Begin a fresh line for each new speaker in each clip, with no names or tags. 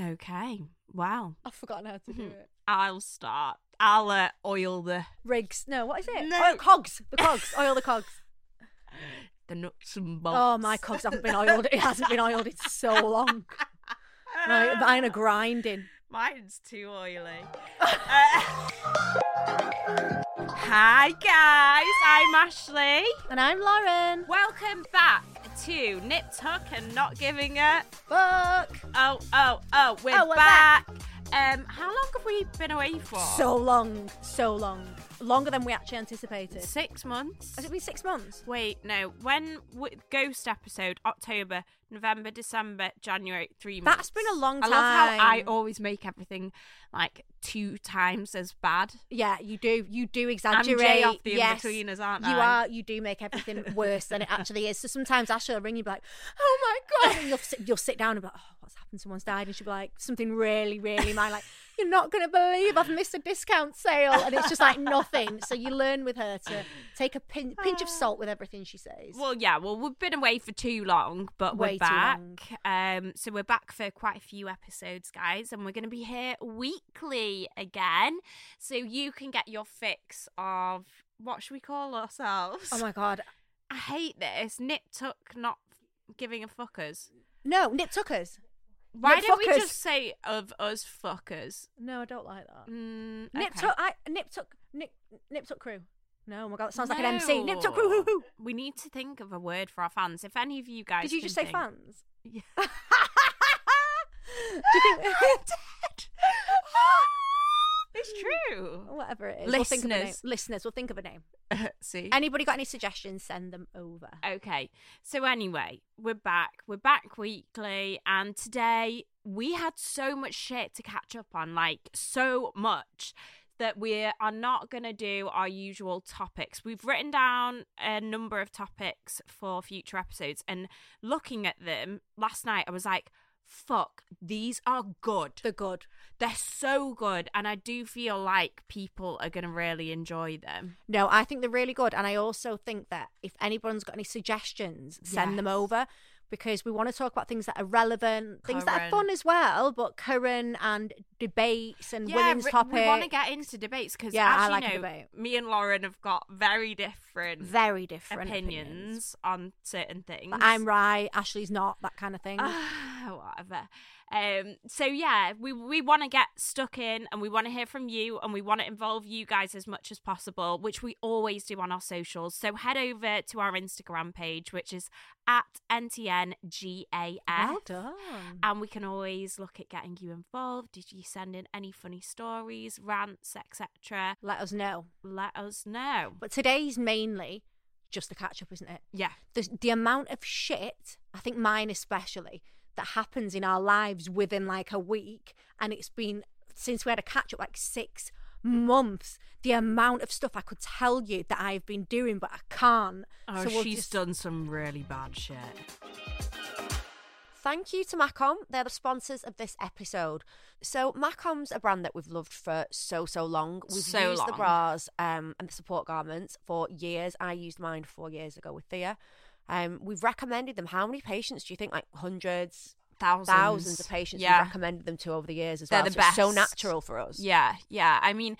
Okay. Wow.
I've forgotten how
Hmm.
to do it.
I'll start. I'll uh, oil the
Rigs. No, what is it?
No.
Oil cogs. The cogs. Oil the cogs.
the nuts and bolts.
Oh, my cogs haven't been oiled. It hasn't been oiled in so long. Right, mine are grinding.
Mine's too oily. Uh, Hi guys, I'm Ashley.
And I'm Lauren.
Welcome back to Nip Tuck and Not Giving a
Fuck.
Oh oh oh. We're,
Oh, we're
back. Um, how long have we been away for?
So long. So long. Longer than we actually anticipated.
six months.
Has it been six months?
Wait, no. When w- Ghost episode October, November, December, January, three months.
That's been a long
I love how I
time.
always make everything like two times as bad.
Yeah, you do. You do
I'm
exaggerate.
Jay off the
yes.
in-betweeners, aren't
You
I?
are. You do make everything worse than it actually is. So sometimes Ashley will ring you, be like, "Oh my god!" And you'll sit, you'll sit down and be like, "Oh, what's happened? Someone's died." And she'll be like, "Something really, really mine." Like, you're not going to believe I've missed a discount sale, and it's just like nothing. So you learn with her to take a pin, pinch of salt with everything she says.
Well, yeah. Well, we've been away for too long, but
Way
we're
too
back.
long.
Um, so we're back for quite a few episodes, guys, and we're going to be here weekly again, so you can get your fix of what should we call ourselves?
oh my god,
I hate this nip tuck, not giving a fuckers.
no, Nip Tuckers.
Why
Nip
don't we
fuckers.
just say of us fuckers?
No, I don't like that.
Mm,
Nip
okay.
Tuck, I, Nip Tuck, Nip, Nip Tuck Crew. No, oh my god, that sounds like an MC. Nip Tuck Crew.
No.
Hoo, hoo.
We need to think of a word for our fans. If any of you guys
Did you just
can
say
think-
fans?
Yeah.
Do you think
It's true.
whatever it is? We'll think of a name.
Listeners.
Listeners, we'll think of a name.
See.
Anybody got any suggestions? Send them over.
Okay. So anyway, we're back. We're back weekly and today we had so much shit to catch up on, like so much that we are not going to do our usual topics. We've written down a number of topics for future episodes and looking at them last night I was like fuck, these are good.
The good.
They're so good and I do feel like people are going to really enjoy them.
No, I think they're really good, and I also think that if anyone's got any suggestions, send them
Yes.
over because we want to talk about things that are relevant, things that are fun
Current.
as well, but current and debates and women's
we-
topics.
We want to get into debates because,
Yeah, I
as
like a
you know,
debate.
me and Lauren have got very different,
very different
opinions, on certain things.
Like, I'm right. Ashley's not. That kind of thing.
whatever. Um, so yeah, we we want to get stuck in, and we want to hear from you, and we want to involve you guys as much as possible, which we always do on our socials. So head over to our Instagram page, which is at ntngaf.
well done.
And we can always look at getting you involved. Did you send in any funny stories, rants, etc.?
Let us know.
Let us know.
But today's mainly just a catch up, isn't it?
Yeah.
the, the amount of shit, I think mine especially, that happens in our lives within like a week. And it's been since we had a catch up like six months. The amount of stuff I could tell you that I've been doing, but I can't.
Oh,
So we'll
she's
just-
done some really bad shit.
Thank you to Macom. They're the sponsors of this episode. So Macom's a brand that we've loved for so so long. We've
So
used the
long.
bras um, and the support garments for years. I used mine four years ago with Thea. Um, we've recommended them. How many patients do you think? Like hundreds,
thousands,
thousands of patients
Yeah.
we've recommended them to over the years as
They're
well.
the
so it's so
best.
natural for us.
Yeah, yeah. I mean,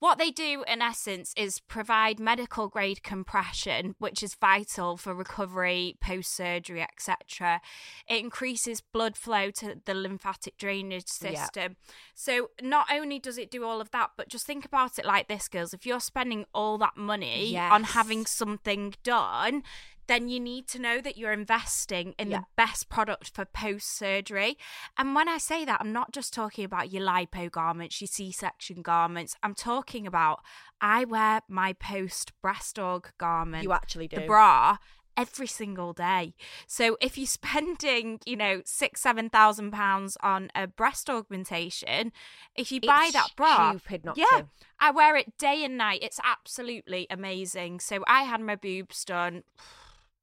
what they do in essence is provide medical grade compression, which is vital for recovery, post surgery, etc. It increases blood flow to the lymphatic drainage
Yeah.
system. So not only does it do all of that, but just think about it like this, girls. If you're spending all that money on
Yes.
having something done, then you need to know that you're investing in
Yeah.
the best product for post surgery. And when I say that, I'm not just talking about your lipo garments, your C section garments. I'm talking about I wear my post breast org garment
You actually do.
the bra every single day. So if you're spending, you know, six, seven thousand pounds on a breast augmentation, if you buy
It's
that bra,
stupid not
yeah,
to.
I wear it day and night. It's absolutely amazing. So I had my boobs done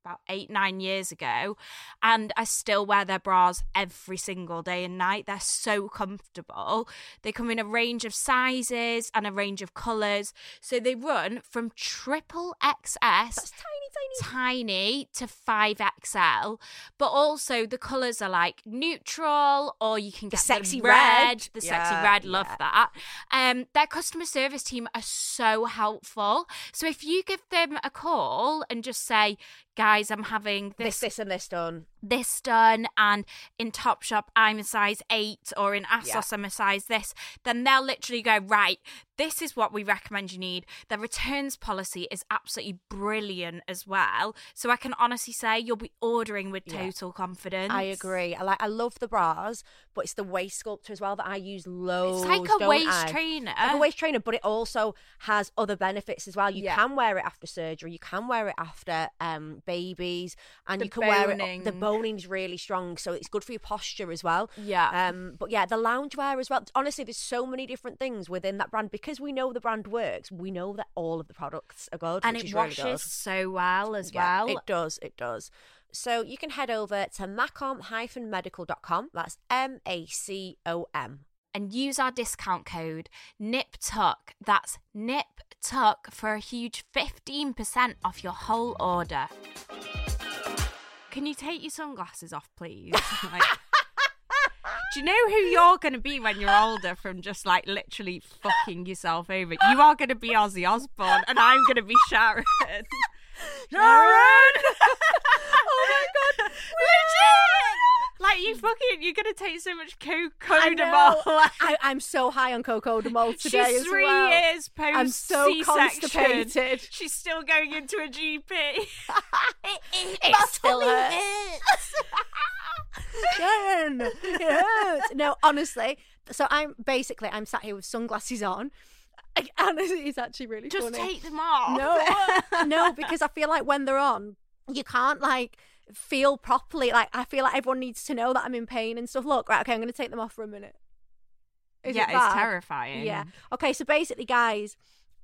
about eight, nine years ago, and I still wear their bras every single day and night. They're so comfortable. They come in a range of sizes and a range of colours. So they run from triple XS
That's tiny, tiny.
tiny to 5XL, but also the colours are like neutral or you can get the
sexy
red,
red.
The
Yeah,
sexy red, love
yeah.
that. Um, their customer service team are so helpful. So if you give them a call and just say, guys, I'm having
This,
this,
this, and this done.
this done and in Topshop I'm a size 8 or in Asos
Yeah.
I'm a size this, then they'll literally go, right, this is what we recommend you need. Their returns policy is absolutely brilliant as well. So I can honestly say you'll be ordering with
Yeah.
total confidence.
I agree. I like. I love the bras, but it's the waist sculptor as well that I use loads.
like a
don't
waist
I?
trainer.
It's like a waist trainer, but it also has other benefits as well. You
Yeah.
can wear it after surgery. You can wear it after um, babies, and
The
you can wear it. The
boning.
boning's really strong, so it's good for your posture as well.
Yeah.
Um, but yeah, the loungewear as well. Honestly, there's so many different things within that brand because we know the brand works. We know that all of the products are good,
And
which
it
is
washes
really good.
so well as
Yeah,
well.
It does, it does. So you can head over to macom-medical.com. That's M A C O M.
and use our discount code NIPTUCK. That's NIPTUCK for a huge 15% off your whole order. Can you take your sunglasses off, please? Like, do you know who you're going to be when you're older from just like literally fucking yourself over? You are going to be Ozzy Osbourne and I'm going to be Sharon. Sharon! oh my god. Legit! Like you fucking, you're going to take so much
I
cocaine
know. I, I'm so high on cocoa de mol today
She's
as
three
well.
years post
I'm so
C-section.
constipated.
She's still going into a GP.
It still hurts.
Sharon, it hurts. No, honestly. So I'm basically I'm sat here with sunglasses on, I- and it's actually really
Just
funny.
take them off.
no, no, because I feel like when they're on, you can't like feel properly. Like I feel like everyone needs to know that I'm in pain and stuff. Look, right, okay, I'm going to take them off for a minute. Is
yeah,
it
it's
bad?
terrifying.
Yeah. Okay, so basically, guys,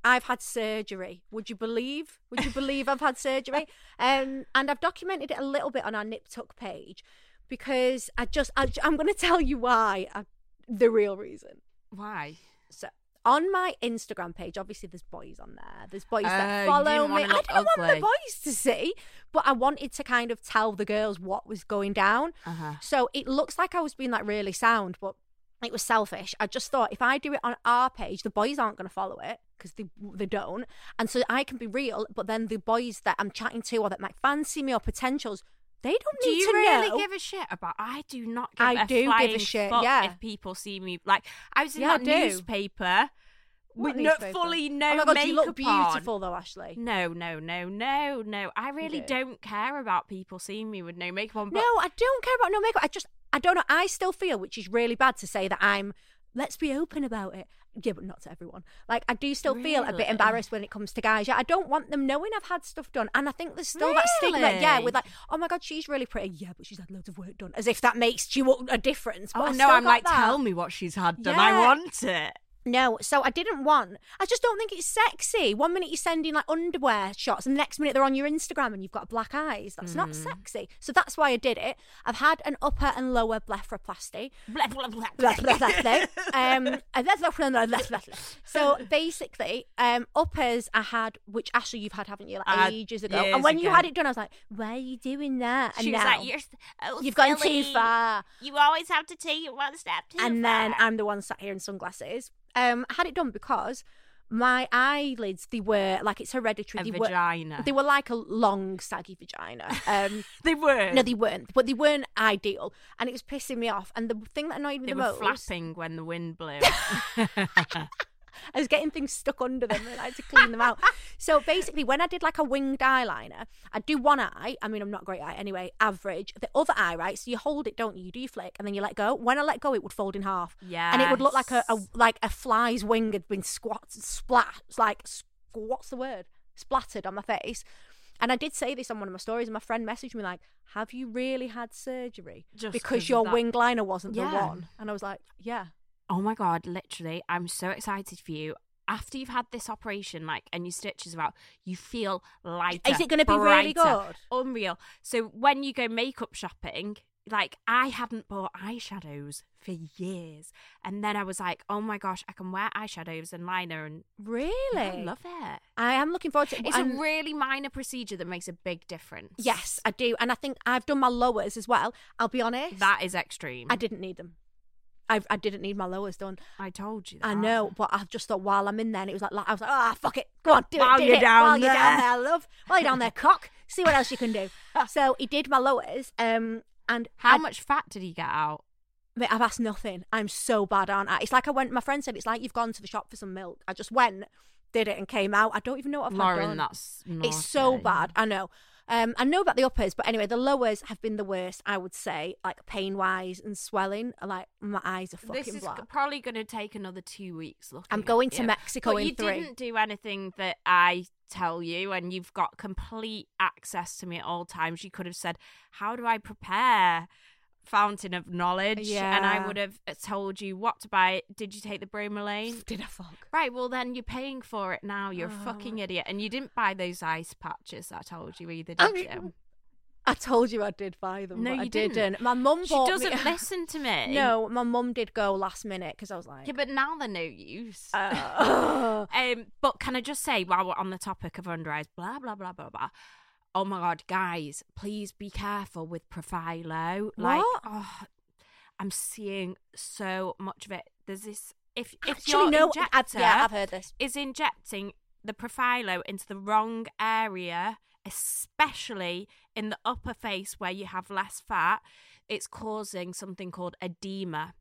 I've had surgery. Would you believe? Would you believe I've had surgery? Um, and I've documented it a little bit on our Nip Tuck page because I just, I, am going to tell you why, I, the real reason.
Why?
So on my Instagram page, obviously there's boys on there. There's boys
Oh,
that
you
follow
didn't
me. I
wanna
didn't
look
want the
ugly.
boys to see, but I wanted to kind of tell the girls what was going down.
Uh-huh.
So it looks like I was being like really sound, but it was selfish. I just thought if I do it on our page, the boys aren't going to follow it because they they don't, and so I can be real. But then the boys that I'm chatting to or that might fancy me or potentials, they don't
Do
need
you
to
really
know.
give a shit about? I do not. Give
I
a
do give a
flying
shit,
fuck
yeah.
If people see me, like I was in
Yeah, I
that
do.
newspaper
What
with no,
newspaper?
fully no
oh my God,
makeup
you look
on.
beautiful though, Ashley.
No, no, no, no, no. I really
do.
not care about people seeing me with no makeup on. But
No, I don't care about no makeup. I just, I don't know. I still feel, which is really bad to say that I'm, let's be open about it. Yeah, but not to everyone. Like, I do still feel a bit
Really?
embarrassed when it comes to guys. Yeah, I don't want them knowing I've had stuff done. And I think there's still that stigma. Yeah,
Really?
with like, oh my God, she's really pretty. Yeah, but she's had loads of work done. As if that makes you a difference. But
Oh
I've
no,
still
I'm
got
like,
that.
tell me what she's had done.
Yeah.
I want it.
No, so I didn't want. I just don't think it's sexy. One minute you're sending like underwear shots, and the next minute they're on your Instagram and you've got black eyes. That's
Hmm.
not sexy. So that's why I did it. I've had an upper and lower blepharoplasty.
Blah, blah, blah, blah.
Blepharoplasty. um, and that's not- no, no, that's not- so basically, um, uppers I had, which Ashley you've had, haven't you, like
Uh,
ages ago?
years
And when you
ago.
had it done, I was like, "Why are you doing that?" And
She was
now
like, You're, s- oh,
you've gone too
silly.
far
You always have to take it one step too
and then
far."
I'm the one sat here in sunglasses. Um, I had it done because my eyelids they were like it's hereditary.
A
they
vagina.
Were, they were like a long saggy vagina. Um,
they were.
no, they weren't, but they weren't ideal, and it was pissing me off. And the thing that annoyed me
They
the
were
most,
flapping when the wind blew.
I was getting things stuck under them, and I had to clean them out. So basically, when I did like a winged eyeliner, I do one eye. I mean, I'm not great at it anyway, average. The other eye, right? So you hold it, don't you? You do your flick, and then you let go. When I let go, it would fold in half.
yeah.
and it would look like a, a like a fly's wing had been squat splat like s- what's the word splattered on my face and I did say this on one of my stories, and my friend messaged me like, "Have you really had surgery
Just 'cause
because
of
your
that."
winged liner wasn't the
Yeah.
one?" And I was like, "Yeah,
Oh my god, literally, I'm so excited for you. After you've had this operation, like, and your stitches are out, you feel lighter.
Is it gonna be really
brighter,
good?
Unreal. So when you go makeup shopping, like, I hadn't bought eyeshadows for years, and then I was like, oh my gosh, I can wear eyeshadows and liner, and
really?
Yeah, I love it.
I am looking forward to it."
It's
And-
a really minor procedure that makes a big difference.
yes, I do, and I think I've done my lowers as well. I'll be honest,
that is extreme.
I didn't need them. I I didn't need my lowers done.
I told you. That.
I know, but I just thought while I'm in there, and it was like, like I was like, ah, fuck it, go on, do
While
it, do
you're
it.
down
while you're down
there.
there, love, while you're down there, cock, see what else you can do. So he did my lowers, um, and
How
I-
much fat did he get out?
Mate, I've asked nothing. I'm so bad, aren't I? It's like I went. My friend said it's like you've gone to the shop for some milk. I just went, did it, and came out. I don't even know what I've had
Lauren,
done.
that's
It's so
naughty.
bad. I know. Um, I know about the uppers, but anyway, the lowers have been the worst. I would say, like pain wise and swelling. Like my eyes are fucking
This is
black.
probably going to take another two weeks. Looking,
I'm
at
going to
you.
Mexico
But
in
you
three.
didn't do anything that I tell you, and you've got complete access to me at all times. You could have said, "How do I prepare?" Fountain of knowledge, and I
Yeah.
would have uh, told you what to buy. Did you take the bromelain?
Did I fuck?
Right, well then you're paying for it now.
Oh.
You're a fucking idiot, and you didn't buy those ice patches. that I told you either,
I
did you?
I told you I did buy them.
No,
but
you
I
didn't.
didn't. My mum
She
bought
doesn't
me.
listen to me.
No, my mum did go last minute because I was like,
Yeah, but now they're no use.
uh,
Um, but can I just say, while we're on the topic of under eyes, blah blah blah blah blah. Oh my god, guys, please be careful with Profilo. Like,
What?
oh, I'm seeing so much of it. There's this if if
Actually,
your
no, I've-
injector
yeah, I've heard this.
is injecting the Profilo into the wrong area, especially in the upper face where you have less fat, it's causing something called edema.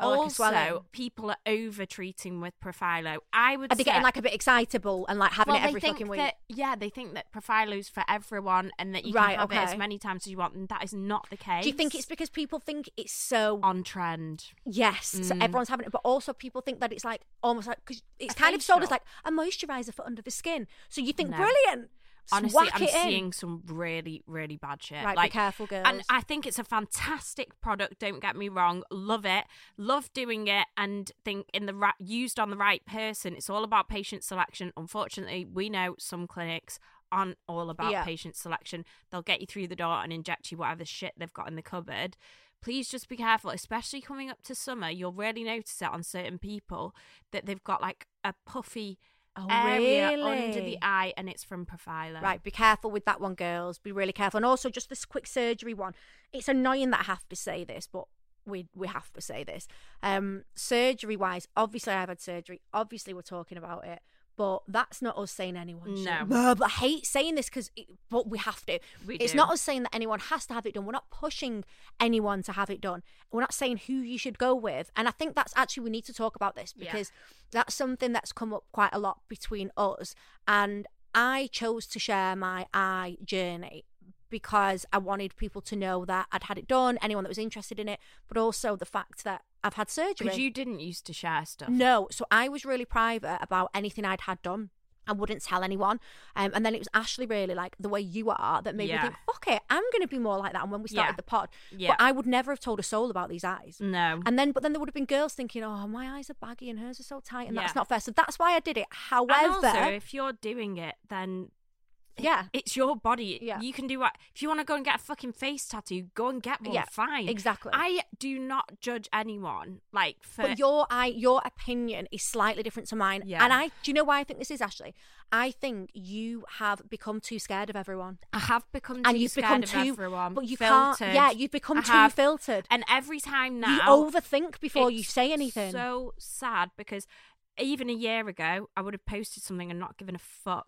Oh, like a
also,
swelling.
people are over treating with Profilo. I would
are they
say,
getting like a bit excitable and like having
well,
it every
they think
fucking week?
That, yeah, they think that Profilo's for everyone and that you
Right,
can have it as
okay.
many times as you want, and that is not the case.
Do you think it's because people think it's so
on trend?
yes, so
Mm.
everyone's having it, but also people think that it's like almost like because it's
A
kind of sold as
facial.
like a moisturizer for under the skin. So you think
No.
brilliant. Just
Honestly,
whack
I'm
it in.
seeing some really, really bad shit.
Right, be
like,
careful,
And
girls.
I think it's a fantastic product. Don't get me wrong. Love it. Love doing it, and think in the right, used on the right person. It's all about patient selection. Unfortunately, we know some clinics aren't all about
Yeah.
patient selection. They'll get you through the door and inject you whatever shit they've got in the cupboard. Please just be careful, especially coming up to summer. You'll really notice it on certain people that they've got like a puffy
Oh,
area under the
really?
eye, and it's from Profiler.
Right, be careful with that one, girls. Be really careful. And also, just this quick surgery one. It's annoying that I have to say this, but we we have to say this. Um, surgery wise, obviously I've had surgery. Obviously, we're talking about it, but that's not us saying anyone. should.
No.
Blah, but I hate saying this because, but we have to.
We
it's
do.
not us saying that anyone has to have it done. We're not pushing anyone to have it done. We're not saying who you should go with. And I think that's actually we need to talk about this
Yeah.
because that's something that's come up quite a lot between us and I chose to share my eye journey because I wanted people to know that I'd had it done, anyone that was interested in it, but also the fact that I've had surgery.
Because you didn't used to share stuff.
No, so I was really private about anything I'd had done. I wouldn't tell anyone. Um, and then it was Ashley really like the way you are that made
Yeah.
me think, fuck it, I'm going to be more like that. And when we started
Yeah.
the pod,
Yeah. Mm.
but I would never have told a soul about these eyes.
No.
And then, but then there would have been girls thinking, oh, my eyes are baggy and hers are so tight, and
Yeah.
that's not fair. So that's why I did it. However,
And also, if you're doing it, then
yeah,
it's your body.
Yeah.
You can do what. If you want to go and get a fucking face tattoo, go and get one.
Yeah,
Fine.
exactly.
I do not judge anyone. Like, for.
but your I your opinion is slightly different to mine.
Yeah.
And I do you know why I think this is, Ashley? I think you have become too scared of everyone.
I have become too
and you've
scared
become
of
too
everyone.
but you
filtered.
can't yeah, you've become
I
too
have.
filtered.
And every time now.
you overthink before you
it's
say anything.
So sad because even a year ago, I would have posted something and not given a fuck.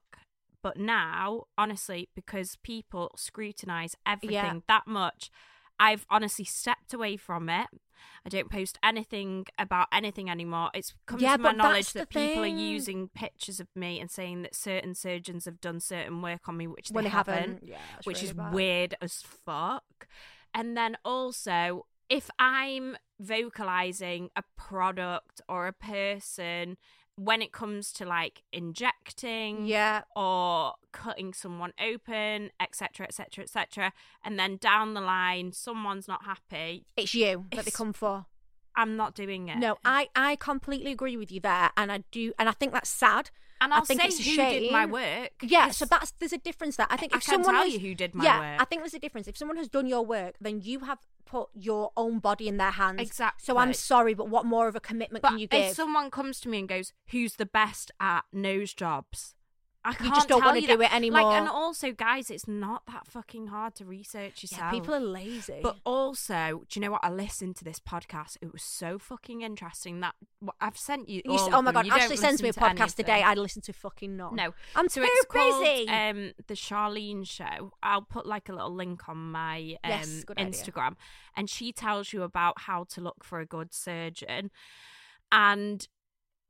But now, honestly, because people scrutinize everything that much, I've honestly stepped away from it. I don't post anything about anything anymore. It's come
Yeah,
to my
but
knowledge
that's
that
the
people are
thing.
using pictures of me and saying that certain surgeons have done certain work on me, which they,
When they haven't.
haven't,
Yeah, that's
which
really
is
bad.
weird as fuck. And then also, if I'm vocalizing a product or a person when it comes to like injecting
yeah.
or cutting someone open, etc., etc., etc., and then down the line someone's not happy,
It's you that they
It's-
come for.
I'm not doing it.
No, I, I completely agree with you there, and I do, and I think that's sad.
and
I
I'll
think
say
it's a
who did my
shame.
work.
Yeah,
It's-
so that's there's a difference there. I think
I
if
can
someone
tell
has-
you who did my
yeah,
work.
I think there's a difference. If someone has done your work, then you have put your own body in their hands. So
Exactly.
I'm sorry, but what more of a commitment
But
can you
if
give?
someone comes to me and goes, "Who's the best at nose jobs?" I can't
just don't
tell
wanna
you that.
do it anymore.
Like, and also, guys, it's not that fucking hard to research yourself.
yeah, people are lazy.
But also, do you know what? I listened to this podcast. It was so fucking interesting that what I've sent you.
You s-
all of
oh my
them.
god,
You don't
Ashley sends me a
listen to any
podcast
of
today.
them.
I'd listen to fucking none.
No,
I'm
so
too
it's called,
busy.
um, the Charlene Show. I'll put like a little link on my um,
Yes, good idea.
Instagram, and she tells you about how to look for a good surgeon. And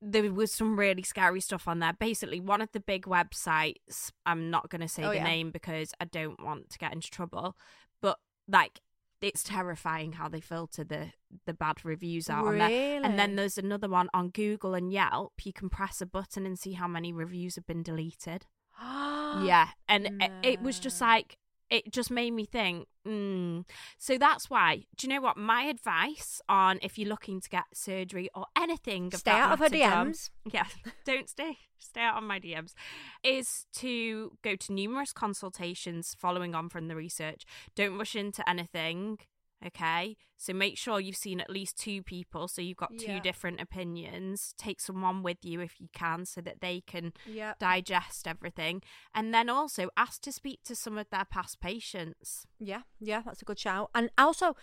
there was some really scary stuff on there. Basically, one of the big websites. I'm not going to say
Oh,
the
yeah.
name because I don't want to get into trouble. But like, it's terrifying how they filter the the bad reviews out on there. And
Really?
then there's another one on Google and Yelp. You can press a button and see how many reviews have been deleted. uh, yeah, and it, it was just
No.
like it just made me think. Mm. So that's why. Do you know what my advice on if you're looking to get surgery or anything? Of
Stay
that
out of her
matter, Dom,
DMs.
yeah, don't stay stay out on my DMs. Is to go to numerous consultations following on from the research. Don't rush into anything. Okay, so make sure you've seen at least two people, so you've got two
Yeah.
different opinions. Take someone with you if you can, so that they can
Yeah.
digest everything, and then also ask to speak to some of their past patients.
Yeah. Yeah. That's a good shout. And also,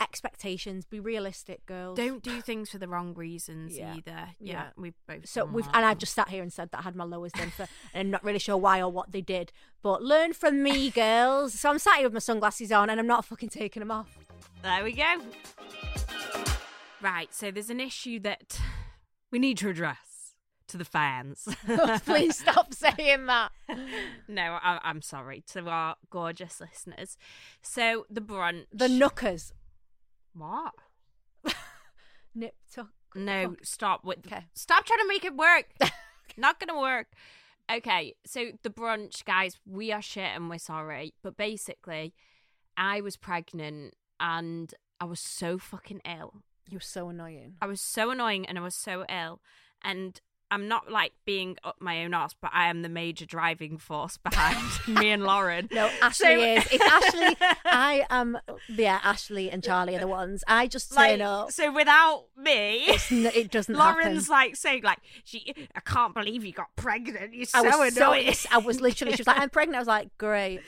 expectations. Be realistic, girls.
Don't do things for the wrong reasons
Yeah.
either. Yeah,
Yeah.
we've both.
So
done
we've
that.
and I just sat here and said that I had my lowers then for and I'm not really sure why or what they did. But learn from me, girls. So I'm sat here with my sunglasses on and I'm not fucking taking them off.
There we go. Right, so there's an issue that we need to address to the fans.
Oh, Please stop saying that.
no, I, I'm sorry to our gorgeous listeners. So the brunch.
The knuckers.
what?
Nip tuck.
No, stop with.
Okay.
Stop trying to make it work. Not gonna work. Okay, so the brunch, guys. We are shit and we're sorry, but basically, I was pregnant and I was so fucking ill.
You're so annoying.
I was so annoying and I was so ill. And I'm not like being up my own ass, but I am the major driving force behind me and Lauren.
No, Ashley is. It's Ashley. I am. Yeah, Ashley and Charlie are the ones. I just
like,
turn up.
so without me.
It's n- it doesn't
Lauren's
happen.
like saying like she I can't believe you got pregnant. You're so
I was
annoying.
I was literally. She was like, "I'm pregnant." I was like, "Great,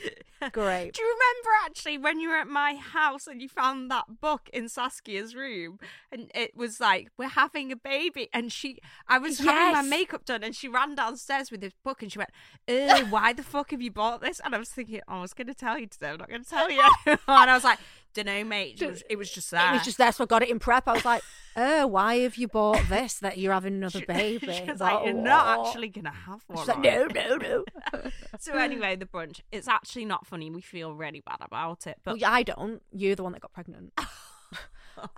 great."
Do you remember actually when you were at my house and you found that book in Saskia's room and it was like we're having a baby and she I was having
Yes.
my makeup done and she ran downstairs with this book and she went, "Oh, why the fuck have you bought this?" And I was thinking, oh, "I was going to tell you today, I'm not going to tell you." and I was like, "Dunno, mate. It was, it was just that."
It was just there, so I got it in prep. I was like, "Oh, why have you bought this? That you're having another baby?"
She was
Like,
like, "You're not
"What?"
actually going to have one."
She's like,
are
"No,
you?"
no, no."
So anyway, the brunch. It's actually not funny. We feel really bad about it, but
Well, yeah, I don't. You're the one that got pregnant.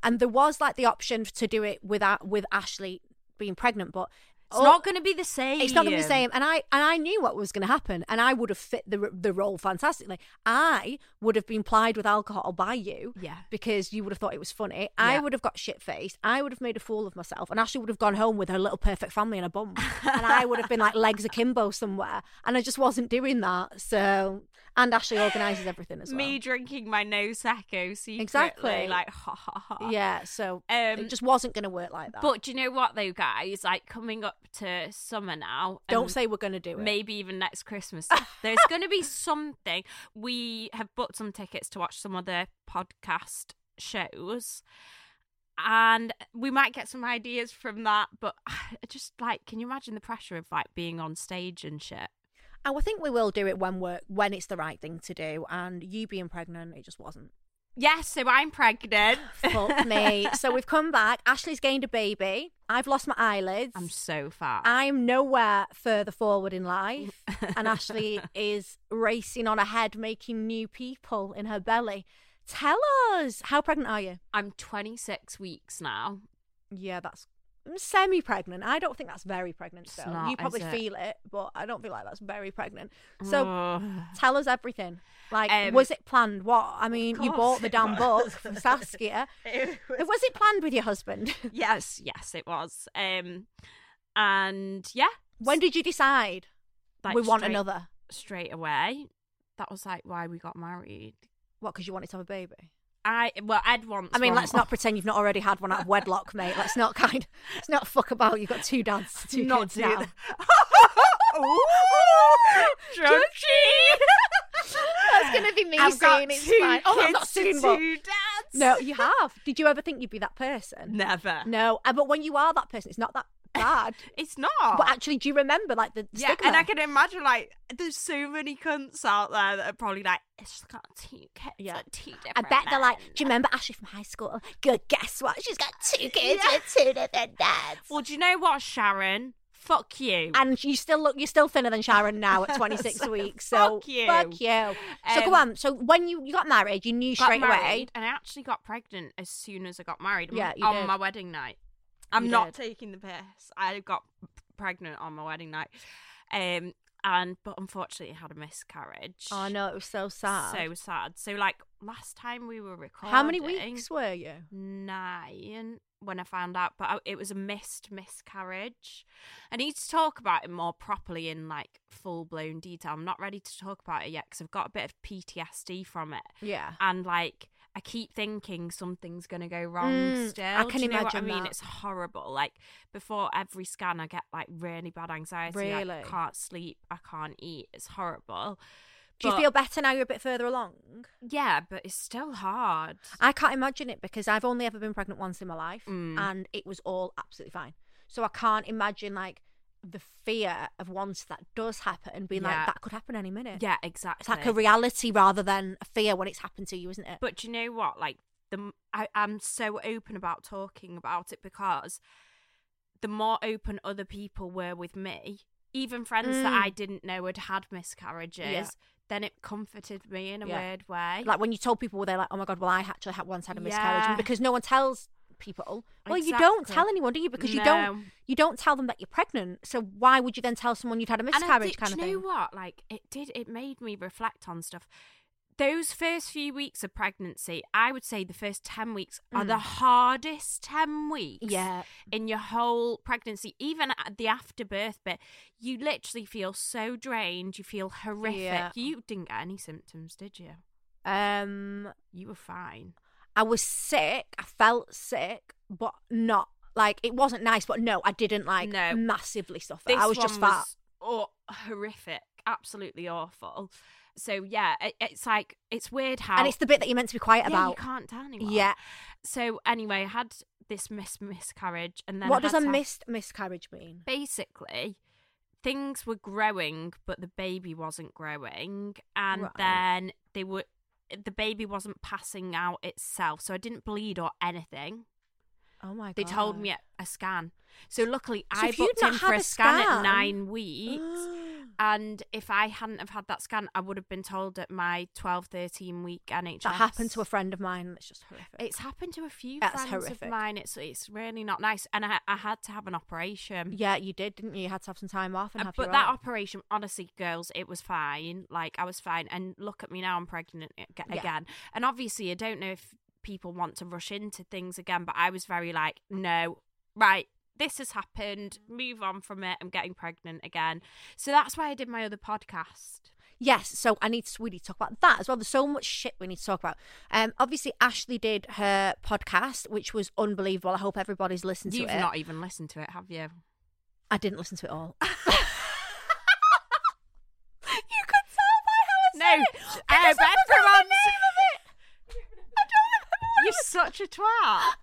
and there was like the option to do it without with Ashley being pregnant, but
It's not going to be the same.
It's not going to be the same. And I and I knew what was going to happen, and I would have fit the r- the role fantastically. I would have been plied with alcohol by you,
Yeah.
because you would have thought it was funny. I
Yeah.
would have got shit faced. I would have made a fool of myself, and Ashley would have gone home with her little perfect family and a bum, and I would have been like legs akimbo somewhere. And I just wasn't doing that. So, and Ashley organises everything as well.
Me drinking my no secco secretly,
Exactly.
like ha ha ha.
yeah. So
Um,
it just wasn't going to work like that.
But do you know what though, guys? Like coming up to summer now. and
don't say we're going to do it.
Maybe even next Christmas. There's going to be something. We have booked some tickets to watch some other podcast shows, and we might get some ideas from that. But I just like, can you imagine the pressure of like being on stage and shit?
And I think we will do it when we're when it's the right thing to do. And you being pregnant, it just wasn't.
Yes, so I'm pregnant.
Fuck me. So we've come back. Ashley's gained a baby. I've lost my eyelids.
I'm so fat.
I'm nowhere further forward in life. And Ashley is racing on ahead, making new people in her belly. Tell us, how pregnant are you?
I'm 26 weeks now.
Yeah, that's semi pregnant. Mm, I don't think that's very pregnant
It's
still.
not,
you probably
is it?
feel it, but I don't feel like that's very pregnant. So
Ugh.
Tell us everything. Like,
Um,
was it planned? What? I mean, you
course
bought the
it
damn book
was.
from Saskia. was it planned with your husband?
yes, yes, it was. Um, and yeah,
when did you decide
like,
we want
straight-
another?
straight away. That was like why we got married.
What? Because you wanted to have a baby?
I well, Ed wants.
I mean,
one
let's not pretend you've not already had one out of wedlock, mate. Let's not kind. Let's not fuck about. You've got two dads, two
Not
kids
do
now.
that.
Oh,
Judgy.
That's gonna be me
I've got
soon, it's
two
fine. Oh, I'm not
kids to
soon, but-
two dads.
No, you have. Did you ever think you'd be that person?
never.
No, uh, but when you are that person, it's not that bad.
It's not.
But actually, do you remember like the
yeah,
stigma?
and I can imagine like there's so many cunts out there that are probably like, it's just got two kids.
Yeah.
Yeah, two different
I bet they're like,
men."
do you remember Ashley from high school? Good guess what? She's got two kids with two different dads.
Well, do you know what, Sharon? Fuck you.
and you still look, you're still thinner than Sharon now at 26
So,
weeks. So
fuck you.
Fuck you. so go
Um,
on. So when you, you got married, you knew
Got
straight away.
married, And I actually got pregnant as soon as I got married.
Yeah, you
on
did.
my wedding night. I'm
You
not
did.
taking the piss. I got p- pregnant on my wedding night. Um, and but unfortunately, I had a miscarriage.
Oh no, it was so sad.
So sad. So like last time we were recording,
How many weeks were you?
Nine. When I found out, but I, it was a missed miscarriage. I need to talk about it more properly in like full blown detail. I'm not ready to talk about it yet because I've got a bit of PTSD from it
Yeah.
and like I keep thinking something's gonna go wrong.
Mm,
still,
I can
Do you know what I
imagine
mean?
that.
It's horrible. Like before every scan, I get like really bad anxiety. like,
Really?
I can't sleep. I can't eat. It's horrible.
Do you
But-
feel better now you're a bit further along?
Yeah, but it's still hard.
I can't imagine it because I've only ever been pregnant once in my life
Mm.
and it was all absolutely fine. So I can't imagine like the fear of once that does happen and being like,
Yeah.
that could happen any minute.
yeah,
It's
exactly.
like a reality rather than a fear when it's happened to you, isn't it?
But do you know what? Like the m- I, am so open about talking about it because the more open other people were with me, even friends that
Mm.
I didn't know had had miscarriages, then it comforted me in a
Yeah.
weird way.
like when you told people, they're like, oh my God, well, I actually had once had a miscarriage.
Yeah.
And because no one tells people, well, you don't
Exactly.
tell anyone, do you? Because you don't
No.
you don't tell them that you're pregnant. So why would you then tell someone you'd had a
And I
miscarriage
did-
kind of
do you
thing?
know what? Like it did. It made me reflect on stuff. Those first few weeks of pregnancy, I would say the first ten weeks are the
Mm.
hardest ten weeks.
Yeah.
in your whole pregnancy, even at the afterbirth bit, you literally feel so drained. You feel horrific.
Yeah.
You didn't get any symptoms, did you?
Um
You were fine.
I was sick. I felt sick, but not like it wasn't nice, but no, I didn't like
No.
massively suffer. I was just
one
fat.
was aw- horrific, absolutely awful. So yeah, it, it's like it's weird how
And it's the bit that you're meant to be quiet
yeah,
about.
you can't tell anyone.
yeah.
So anyway, I had this mis- miscarriage, and then I
What does
had
a
to have-
missed miscarriage mean?
Basically, things were growing, but the baby wasn't growing, and
Right.
then they were the baby wasn't passing out itself, so I didn't bleed or anything.
Oh my god.
They told me at a scan. So luckily,
So
I
if you'd
booked
not
in for
had
a
a
scan,
scan-
at nine weeks. And if I hadn't have had that scan, I would have been told at my 12, 13 week NHS.
That happened to a friend of mine. It's just horrific.
It's happened to a few
That's
friends
horrific.
of mine. It's it's really not nice, and I, I had to have an operation.
yeah, you did, didn't you? You had to have some time off and
Uh,
have
but
your
that
own.
operation, honestly, girls, it was fine. Like I was fine, and look at me now, I'm pregnant ag-
Yeah.
again. And obviously, I don't know if people want to rush into things again, but I was very like, no, right, this has happened,
Mm.
move on from it. I'm getting pregnant again, so that's why I did my other podcast.
Yes, so I need to really talk about that as well. There's so much shit we need to talk about. Um, obviously Ashley did her podcast, which was unbelievable. I hope everybody's listened
You've
to it.
not even listened to it, have you?
I didn't listen to it all.
You could tell by how I said
No,
uh,
it.
I
Because I
bet
forgot the
everyone's-
name of it. I don't remember what
You're
it was.
such a twat.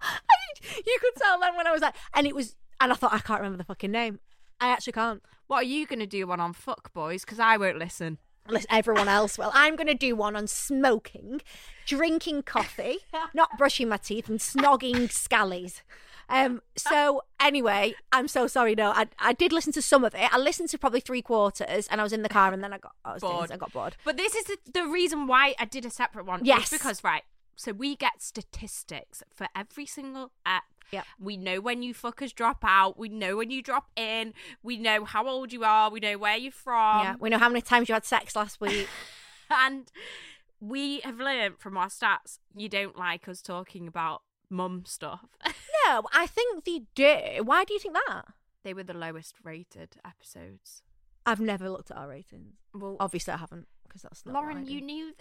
I- you could tell then when I was like, and it was, and I thought I can't remember the fucking name. I actually can't.
What are you going to do one on fuck boys? Because I won't listen.
Unless everyone else will. I'm going to do one on smoking, drinking coffee, not brushing my teeth, and snogging scallies. Um, so anyway, I'm so sorry. No, I, I did listen to some of it. I listened to probably three quarters, and I was in the car, and then I got I, was doing-
Bored.
I got bored.
But this is the, the reason why I did a separate one. is
Yes.
because, right, so we get statistics for every single app.
Yep.
We know when you fuckers drop out. We know when you drop in. We know how old you are. We know where you're from.
yeah, we know how many times you had sex last week.
And we have learned from our stats you don't like us talking about mum stuff.
no, I think they do. Why do you think that?
they were the lowest rated episodes.
I've never looked at our ratings.
Well,
Obviously, I haven't because that's not what I
Lauren,
do.
you knew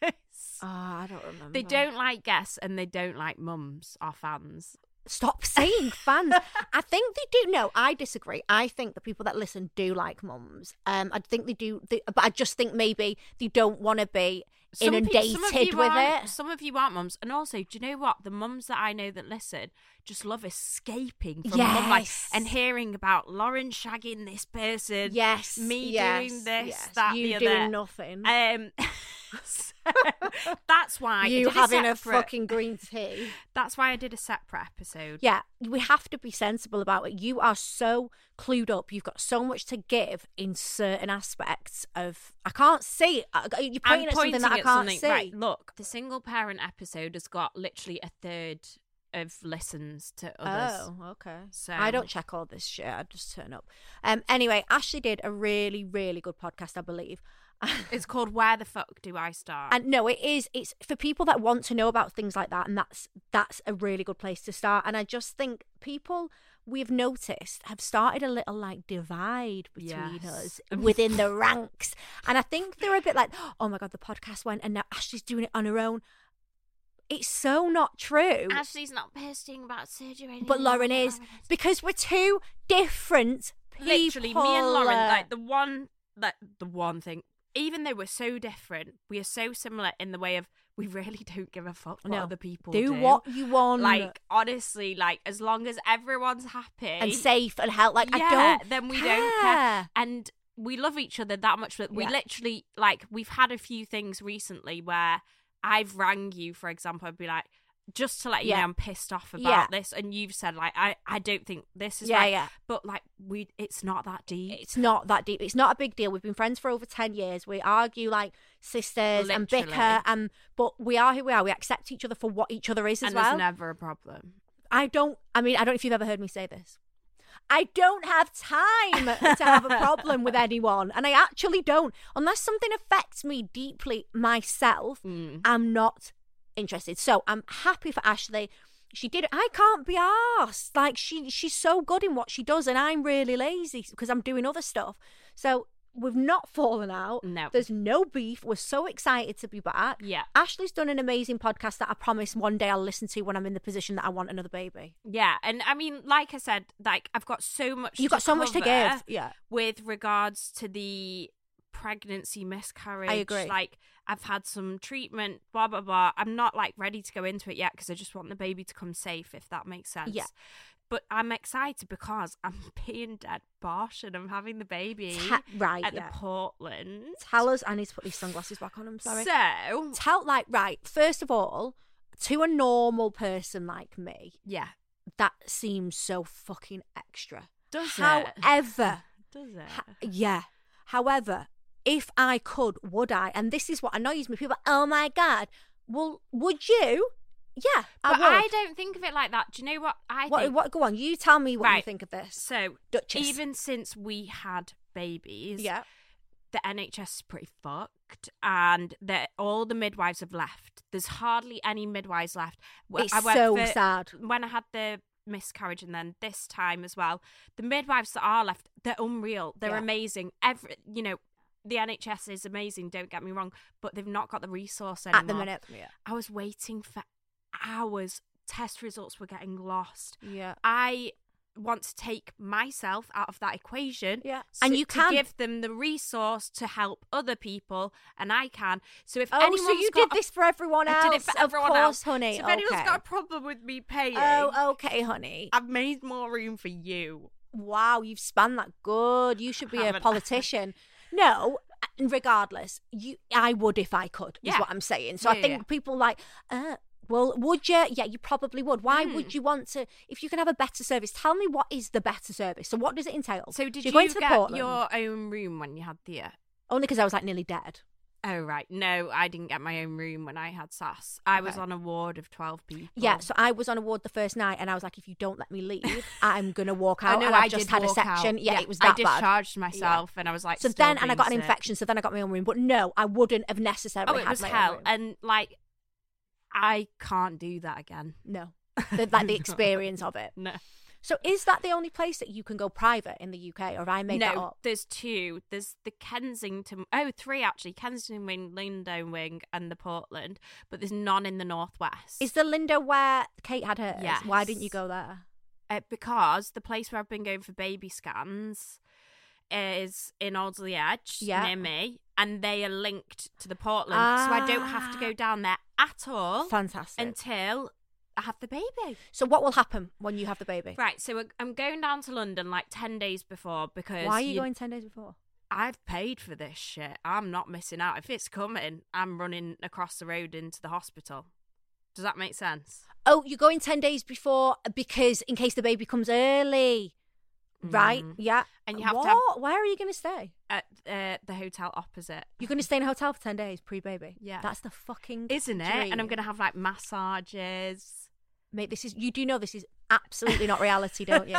this.
Oh, I don't remember.
They don't like guests and they don't like mums, our fans.
stop saying fans. I think they do. No, I disagree. I think the people that listen do like mums. Um, I think they do. They, but I just think maybe they don't want to be
pe-
inundated
some of you
with
aren't-
it.
Some of you aren't mums, and also, do you know what? The mums that I know that listen just love escaping from mum life
Yes.
and hearing about Lauren shagging this person.
Yes,
me
yes,
doing this,
yes.
that,
You
the other.
doing nothing.
Um, so that's why I
you
did
having
a,
a
separate-
fucking green tea.
That's why I did a separate episode.
Yeah, we have to be sensible about it. You are so clued up. You've got so much to give in certain aspects of. I can't see. I- I- You're pointing,
I'm pointing
at something that I
at
can't
something-
see.
Right, look, the single parent episode has got literally a third of listens to others.
Oh, okay.
So-
I don't check all this shit. I just turn up. Um. Anyway, Ashley did a really, really good podcast, I believe.
It's called Where the Fuck Do I Start?
And no, it is. It's for people that want to know about things like that, and that's that's a really good place to start. And I just think people we've noticed have started a little like divide between
Yes.
us within the ranks, and I think they're a bit like, oh my god, the podcast went, and now Ashley's doing it on her own. It's so not true.
Ashley's not posting about surgery anymore.
But Lauren is because we're two different people.
literally me and Lauren like the one like the one thing. Even though we're so different, we are so similar in the way of we really don't give a fuck what
No.
other people
Do
do.
what you want.
Like honestly, like as long as everyone's happy
and safe and health. Like I
yeah,
don't.
then we
care.
don't care. And we love each other that much that we
Yeah.
literally like we've had a few things recently where I've rang you, for example, I'd be like, just to let you
Yeah.
know I'm pissed off about
Yeah.
this and you've said like I, I don't think this is
Yeah,
right.
yeah.
But like we it's not that deep.
It's not that deep. It's not a big deal. We've been friends for over ten years. We argue like sisters and bicker,
Literally.
and but we are who we are. We accept each other for what each other is as
and
well.
there's never a problem.
I don't. I mean, I don't know if you've ever heard me say this. I don't have time to have a problem with anyone, and I actually don't. Unless something affects me deeply myself,
Mm. Mm-hmm.
I'm not interested. So I'm happy for Ashley. She did it. I can't be asked. Like she, she's so good in what she does, and I'm really lazy because I'm doing other stuff. So we've not fallen out.
No.
there's no beef. We're so excited to be back.
Yeah.
Ashley's done an amazing podcast that I promise one day I'll listen to when I'm in the position that I want another baby.
Yeah, and I mean, like I said, like I've got so much.
You've
to
got so much to
cover
give, yeah.
With regards to the pregnancy miscarriage,
agree.
Like I've had some treatment, blah blah blah. I'm not like ready to go into it yet because I just want the baby to come safe, if that makes sense.
Yeah.
But I'm excited because I'm being at Bosch and I'm having the baby
Ta- right,
at
yeah.
the Portland.
Tell us, I need to put these sunglasses back on. I'm sorry.
So
Tell, like, right, first of all, to a normal person like me,
yeah,
that seems so fucking extra.
does it?
However,
does it?
ha- yeah, However, if I could, would I? And this is what annoys me. People, are, oh my god. Well, would you? Yeah,
But
I
I,
would.
don't think of it like that. Do you know what I
what,
think?
what? Go on. You tell me what you
Right.
think of this.
So,
Duchess.
even since we had babies,
Yeah.
the NHS is pretty fucked, and that all the midwives have left. There's hardly any midwives left. Wh-
It's so
for-
sad.
When I had the miscarriage, and then this time as well, the midwives that are left, they're unreal. They're
Yeah.
amazing. Every, you know, the NHS is amazing. Don't get me wrong, but they've not got the resource anymore.
At the minute. Yeah.
I was waiting for hours. Test results were getting lost.
Yeah.
I want to take myself out of that equation.
Yeah.
so-
And you
to
can.
give them the resource to help other people, and I can. So if
Oh,
anyone's
so you
got
did
a-
this for everyone else.
I did it for
of
everyone
course,
else,
honey.
So if anyone's
okay.
got a problem with me paying,
Oh, okay, honey.
I've made more room for you.
Wow, you've spanned that good. You should be a
Haven't I?
politician. No, uh, regardless, you I would if I could, is
Yeah.
what I'm saying. So
Yeah,
I think
yeah.
people like, uh, well, would you? Yeah, you probably would. Why
Hmm.
would you want to? If you can have a better service, tell me what is the better service. So what does it entail?
So did
You're
you
going to
get
Portland?
your own room when you had Thea?
Only because I was like nearly dead.
Oh right, no, I didn't get my own room when I had Sass. I was
Okay.
on a ward of twelve people.
Yeah, so I was on a ward the first night, and I was like, if you don't let me leave, I'm gonna walk
I
out.
know
and
I,
I've just
did
had a
walk
section.
out.
Yeah, it was that
I discharged
bad.
myself, and I was like,
so
still
then, and I
being
got an
sick.
infection. So then I got my own room. But no, I wouldn't have necessarily.
Oh, it
had
was
my own
hell,
room.
and like, I can't do that again.
No, the, like the experience of it.
No.
So is that the only place that you can go private in the UK, or have I made
no,
that up?
there's two. There's the Kensington, oh, three actually Kensington Wing, Lindone Wing, and the Portland, but there's none in the Northwest.
Is the Linda where Kate had hers? Why didn't you
Yes.
go there?
uh, because the place where I've been going for baby scans is in Alderley Edge
Yeah.
near me, and they are linked to the Portland, so I don't have to
Ah.
go down there at all
Fantastic.
until I have the baby.
so what will happen when you have the baby?
Right, so I- I'm going down to London like 10 days before because
Why are you
you-
going ten days before?
I've paid for this shit. I'm not missing out. If it's coming, I'm running across the road into the hospital. Does that make sense?
Oh, you're going ten days before because in case the baby comes early, right?
Mm.
Yeah.
And you have
what?
to have-
Where are you going to stay?
At uh, the hotel opposite.
You're going to stay in a hotel for ten days pre-baby.
Yeah.
That's the fucking
Isn't it? And I'm
dream.
going to have like massages.
Mate, this is you do know this is absolutely not reality, don't you?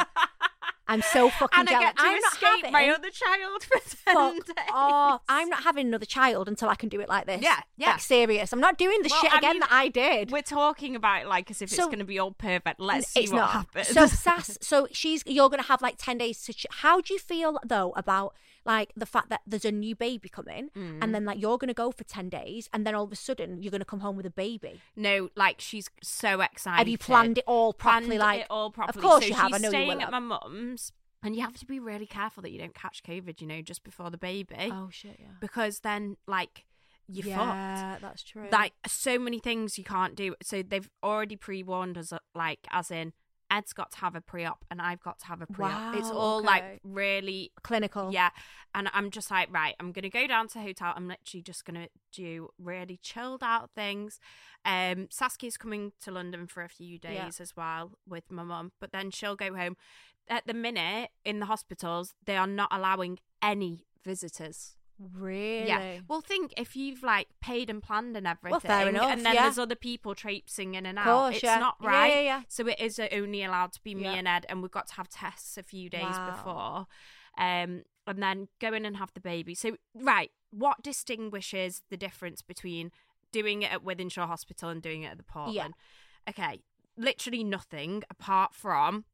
I'm so fucking
and I
jealous.
get to
I'm not
escape
having,
my other child for 10
fuck
days.
off. I'm not having another child until I can do it like this.
Yeah, yeah.
Like serious. I'm not doing the
Well,
shit
I
again
mean,
that I did.
We're talking about it like as if it's
So-
going to be all perfect. Let's see
it's
what
not
happens.
So Sass, so she's you're gonna have like ten days to. Ch- How do you feel though about like the fact that there's a new baby coming,
Mm.
and then like you're gonna go for ten days, and then all of a sudden you're gonna come home with a baby?
No, like she's so excited.
Have you planned it all properly?
Planned
like
it all properly.
Of course
So
you have.
She's
I know
staying
you will.
at
have.
my mum's, and you have to be really careful that you don't catch COVID. You know, just before the baby,
oh shit! Yeah.
because then like you're
yeah, that's true.
fucked. Like so many things you can't do. So they've already pre-warned us, uh, like as in Ed's got to have a pre-op and I've got to have a pre-op. it's
Wow,
all
okay.
like really.
clinical.
Yeah, and I'm just like, right, I'm gonna go down to hotel. I'm literally just gonna do really chilled out things. Um, Saskia's coming to London for a few days
Yeah.
as well with my mum, but then she'll go home. At the minute in the hospitals, they are not allowing any visitors.
Really?
Yeah. Well, think if you've like paid and planned and everything,
Well, fair enough,
and then
yeah.
there's other people traipsing in and out.
course,
it's
yeah.
not
Yeah,
right.
yeah, yeah.
So it is only allowed to be me
Yeah.
and Ed, and we've got to have tests a few days
Wow.
before, um, and then go in and have the baby. So right, what distinguishes the difference between doing it at Withenshaw Hospital and doing it at the Portland? Okay, literally nothing apart from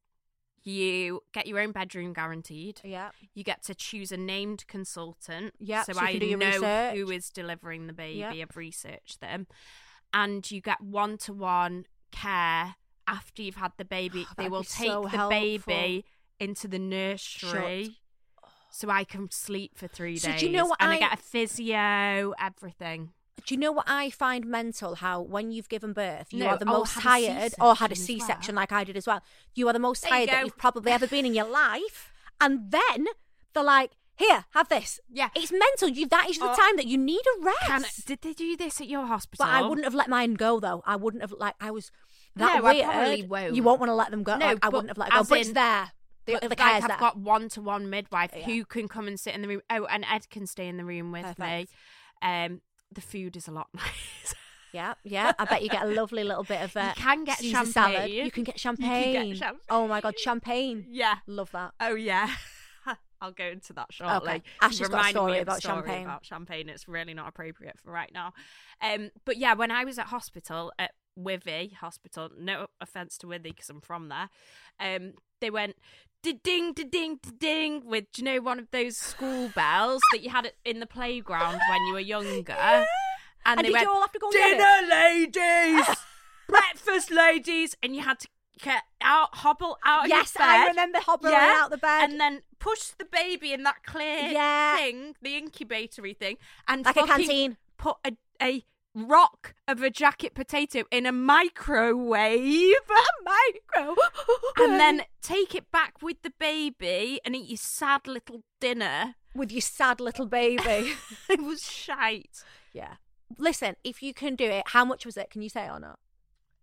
you get your own bedroom guaranteed.
yeah.
You get to choose a named consultant.
Yeah,
So,
so you
I
can do your
know
research.
who is delivering the baby.
Yeah.
I've researched them. And you get one to one care after you've had the baby.
Oh,
they
that'd
will
be
take
so
the baby into the nursery. So I can sleep for three
So
days.
do you know what
and I...
I-
get a physio, everything.
Do you know what I find mental? How when you've given birth, you
No,
are the
oh,
most
had a
tired, or had a
C-section as well.
C-section like I did as well. You are the most
There you
tired that
go.
you've probably ever been in your life, and then they're like, "Here, have this."
Yeah.
it's mental. You that is the
Oh.
time that you need a rest.
Can, did they do this at your hospital?
but I wouldn't have let mine go though. I wouldn't have like I was that
No, I
weird.
probably won't.
You won't want to let them go.
No,
like, I
but
wouldn't have let it go.
as
But it's
in-
there. The,
but
the
like
guy's
I've
there.
got one to one midwife
Yeah.
who can come and sit in the room. Oh, and Ed can stay in the room with me.
Perfect.
Um, the food is a lot nicer.
Yeah, yeah. I bet you get a lovely little bit of uh,
You can get
Caesar Salad.
champagne.
You can get
You can get
champagne. Oh my god, champagne!
yeah.
Love that.
Oh yeah. I'll go into that shortly.
Okay.
You
Ash has got a
reminded me
story
of the
about champagne.
About champagne, it's really not appropriate for right now. Um, but yeah, when I was at hospital at Withy Hospital, no offense to Withy because I'm from there, um, they went ding ding ding ding with do you know one of those school bells that you had in the playground when you were younger.
And
they
did
went,
you all have to go and get it?
dinner ladies, breakfast ladies, and you had to get out, hobble out of
Yes,
your bed.
I remember hobbling
Oh, Yeah.
out the bed.
And then push the baby in that clear
Yeah.
thing, the incubatory thing, and
Like a
fucking
canteen.
Put a, a rock of a jacket potato in a microwave.
micro.
And then take it back with the baby and eat your sad little dinner.
with your sad little baby.
It was shite.
yeah. Listen, if you can do it, how much was it? Can you say or not?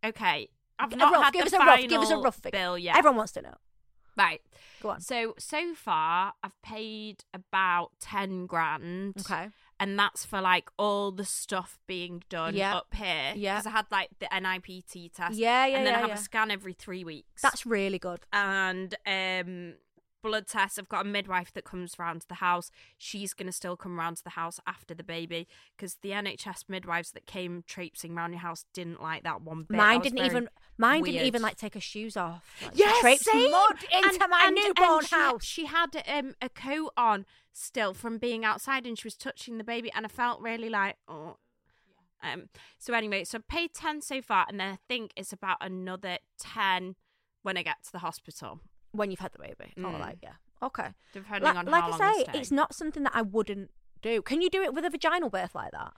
Okay. I've
A
not
rough,
had
give
the
us a rough. Give us a
final
rough figure.
bill yet.
Everyone wants to know.
Right.
Go on.
So so far I've paid about ten grand.
Okay.
and that's for like all the stuff being done
Yeah.
up here.
Yeah.
because I had like the NIPT test.
Yeah, yeah,
and then
yeah,
I have
yeah.
a scan every three weeks.
That's really good.
and um blood tests. I've got a midwife that comes round to the house. She's gonna still come round to the house after the baby because the NHS midwives that came traipsing round your house didn't like that one bit. I
Mine
was
didn't
very
even. Mine
weird.
didn't even like take her shoes off. Like, she
Yes,
traipsed
same.
mud into
And-
my
and- and
newborn
she-
house.
She had um, a coat on still from being outside, and she was touching the baby, and I felt really like, oh. Um. So anyway, so I paid ten so far, and then I think it's about another ten when I get to the hospital,
when you've had the baby.
Mm.
Oh, like yeah, okay.
depending
Like,
on
like
how long
I say,
stay.
it's not something that I wouldn't do. Can you do it with a vaginal birth like that?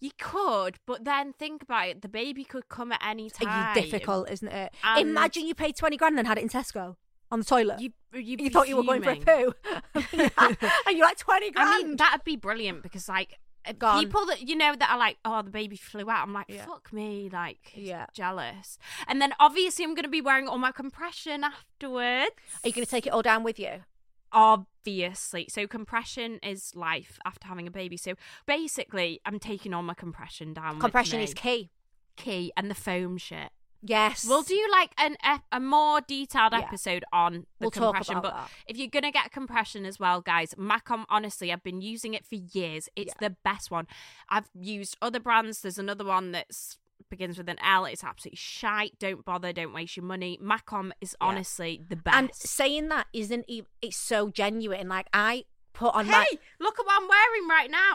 You could, but then think about it: the baby could come at any time.
It's difficult, isn't it?
And-
Imagine you paid twenty grand and had it in Tesco on the toilet.
You, you'd
You
be
thought you were going for a
fuming.
poo, and you're like twenty grand.
I mean, that'd be brilliant because, like, uh,
Gone.
people that you know that are like, "Oh, the baby flew out." I'm like,
Yeah.
"Fuck me!" Like,
Yeah.
jealous. And then obviously, I'm gonna be wearing all my compression afterwards.
Are you going to take it all down with you?
Obviously, so compression is life after having a baby. So basically, I'm taking all my compression down. with
Compression
me.
is key.
key, and the foam shit.
Yes.
We'll do like an ep- a more detailed
Yeah.
episode on the
We'll talk
compression.
about
but
that.
if you're gonna get compression as well, guys, Macom. Honestly, I've been using it for years. It's the best one. I've used other brands. There's another one that's begins with an L. It's absolutely shite. Don't bother. Don't waste your money. Macom is honestly the best.
And saying that isn't even. It's so genuine. Like I put on
hey,
my.
look at what I'm wearing right now.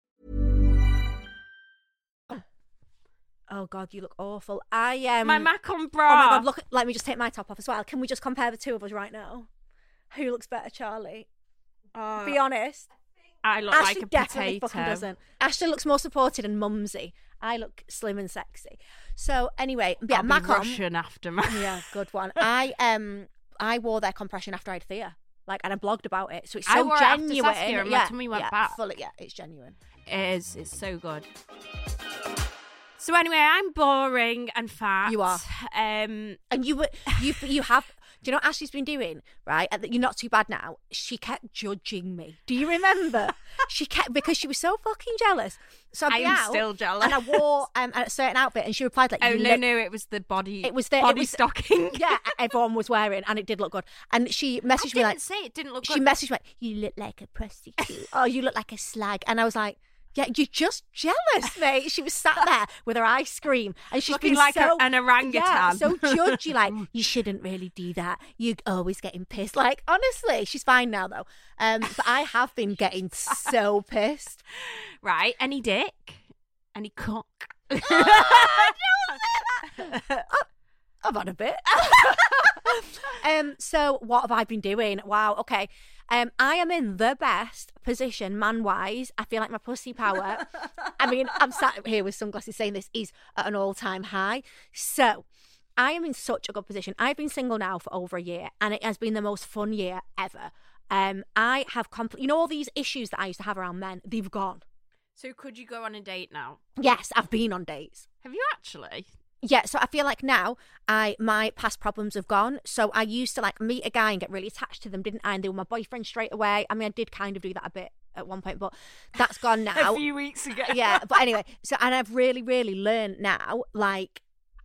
Oh God, you look awful. I am.
my Ah. Macom
Oh
bra.
my god, look let me just take my top off as well. Can we just compare the two of us right now? Who looks better, Charlie?
Uh,
Be honest.
I look
Ashley
like a
definitely
potato.
fucking doesn't. Ashley looks more supported and mumsy. I look slim and sexy. So anyway, yeah,
I'll be
Macom.
Russian after my
Yeah, good one. I um I wore their compression after I had Thea. Like and I blogged about it. So it's so
I wore it after
genuine.
Saskia and my
yeah,
tummy went
yeah,
back.
Fully, yeah, it's genuine.
It is. It's so good. So anyway, I'm boring and fat.
You are.
Um,
And you were you you have Do you know what Ashley's been doing? Right, and that you're not too bad now. She kept judging me. Do you remember? she kept because she was so fucking jealous. So I'd be
I am
out,
still jealous.
And I wore um, a certain outfit, and she replied like,
Oh
"You
no,
look-
no, it was the body.
It was the it
body
was-
stocking.
Yeah, everyone was wearing, and it did look good. And she
I
messaged
didn't
me like,
say it didn't look
she
good.
messaged me like, "You look like a prostitute. oh, you look like a slag." And I was like, "Yeah, you're just jealous, mate." She was sat there with her ice cream, and she's
Looking
been
like a-
so,
an orangutan.
yeah, so judgy. Like, you shouldn't really do that. You're always getting pissed. Like, honestly, she's fine now though. Um, but I have been getting so pissed.
right? Any dick? Any cock?
I've had a bit. um, so what have I been doing? Wow, okay. Um, I am in the best position man wise. I feel like my pussy power. I mean, I'm sat here with sunglasses saying this is at an all time high. So I am in such a good position. I've been single now for over a year and it has been the most fun year ever. Um, I have complete, you know, all these issues that I used to have around men, they've gone.
So could you go on a date now?
Yes, I've been on dates.
Have you actually?
Yeah, so I feel like now I my past problems have gone. So I used to like meet a guy and get really attached to them, didn't I? And they were my boyfriend straight away. I mean, I did kind of do that a bit at one point, but that's gone now.
A few weeks ago.
yeah, but anyway, so and I've really, really learned now, like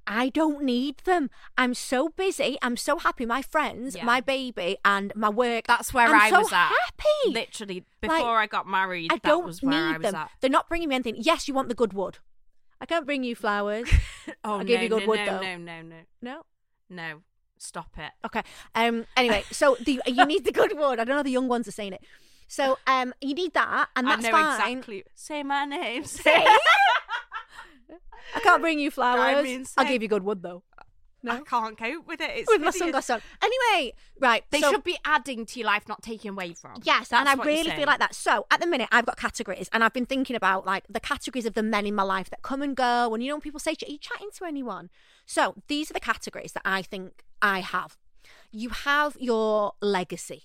I don't need them. I'm so busy. I'm so happy. My friends,
Yeah.
my baby, and my work.
That's where
I'm
i
so
was at.
Happy.
Literally
Like,
before I got married.
I
that
don't
was where
need
I was
them.
at.
They're not bringing me anything. Yes, you want the good wood. I can't bring you flowers.
Oh
I'll
no,
give you good
no,
wood,
no,
though.
no, no, no,
no.
no. Stop it.
Okay. Um. Anyway, so the you need the good word. I don't know the young ones are saying it. So um, you need that, and that's
I know
fine.
exactly. Say my name.
Say- I can't bring you flowers. I'll
insane.
give you good wood though.
I can't cope with it. It's
With my
hideous.
sunglasses on. Anyway, right.
They
so-
should be adding to your life, not taking away from.
Yes,
That's
and I
what you're
really feel
saying.
like that. So at the minute, I've got categories, and I've been thinking about like the categories of the men in my life that come and go. And you know, when people say, "Are you chatting to anyone?" So these are the categories that I think I have. You have your legacy.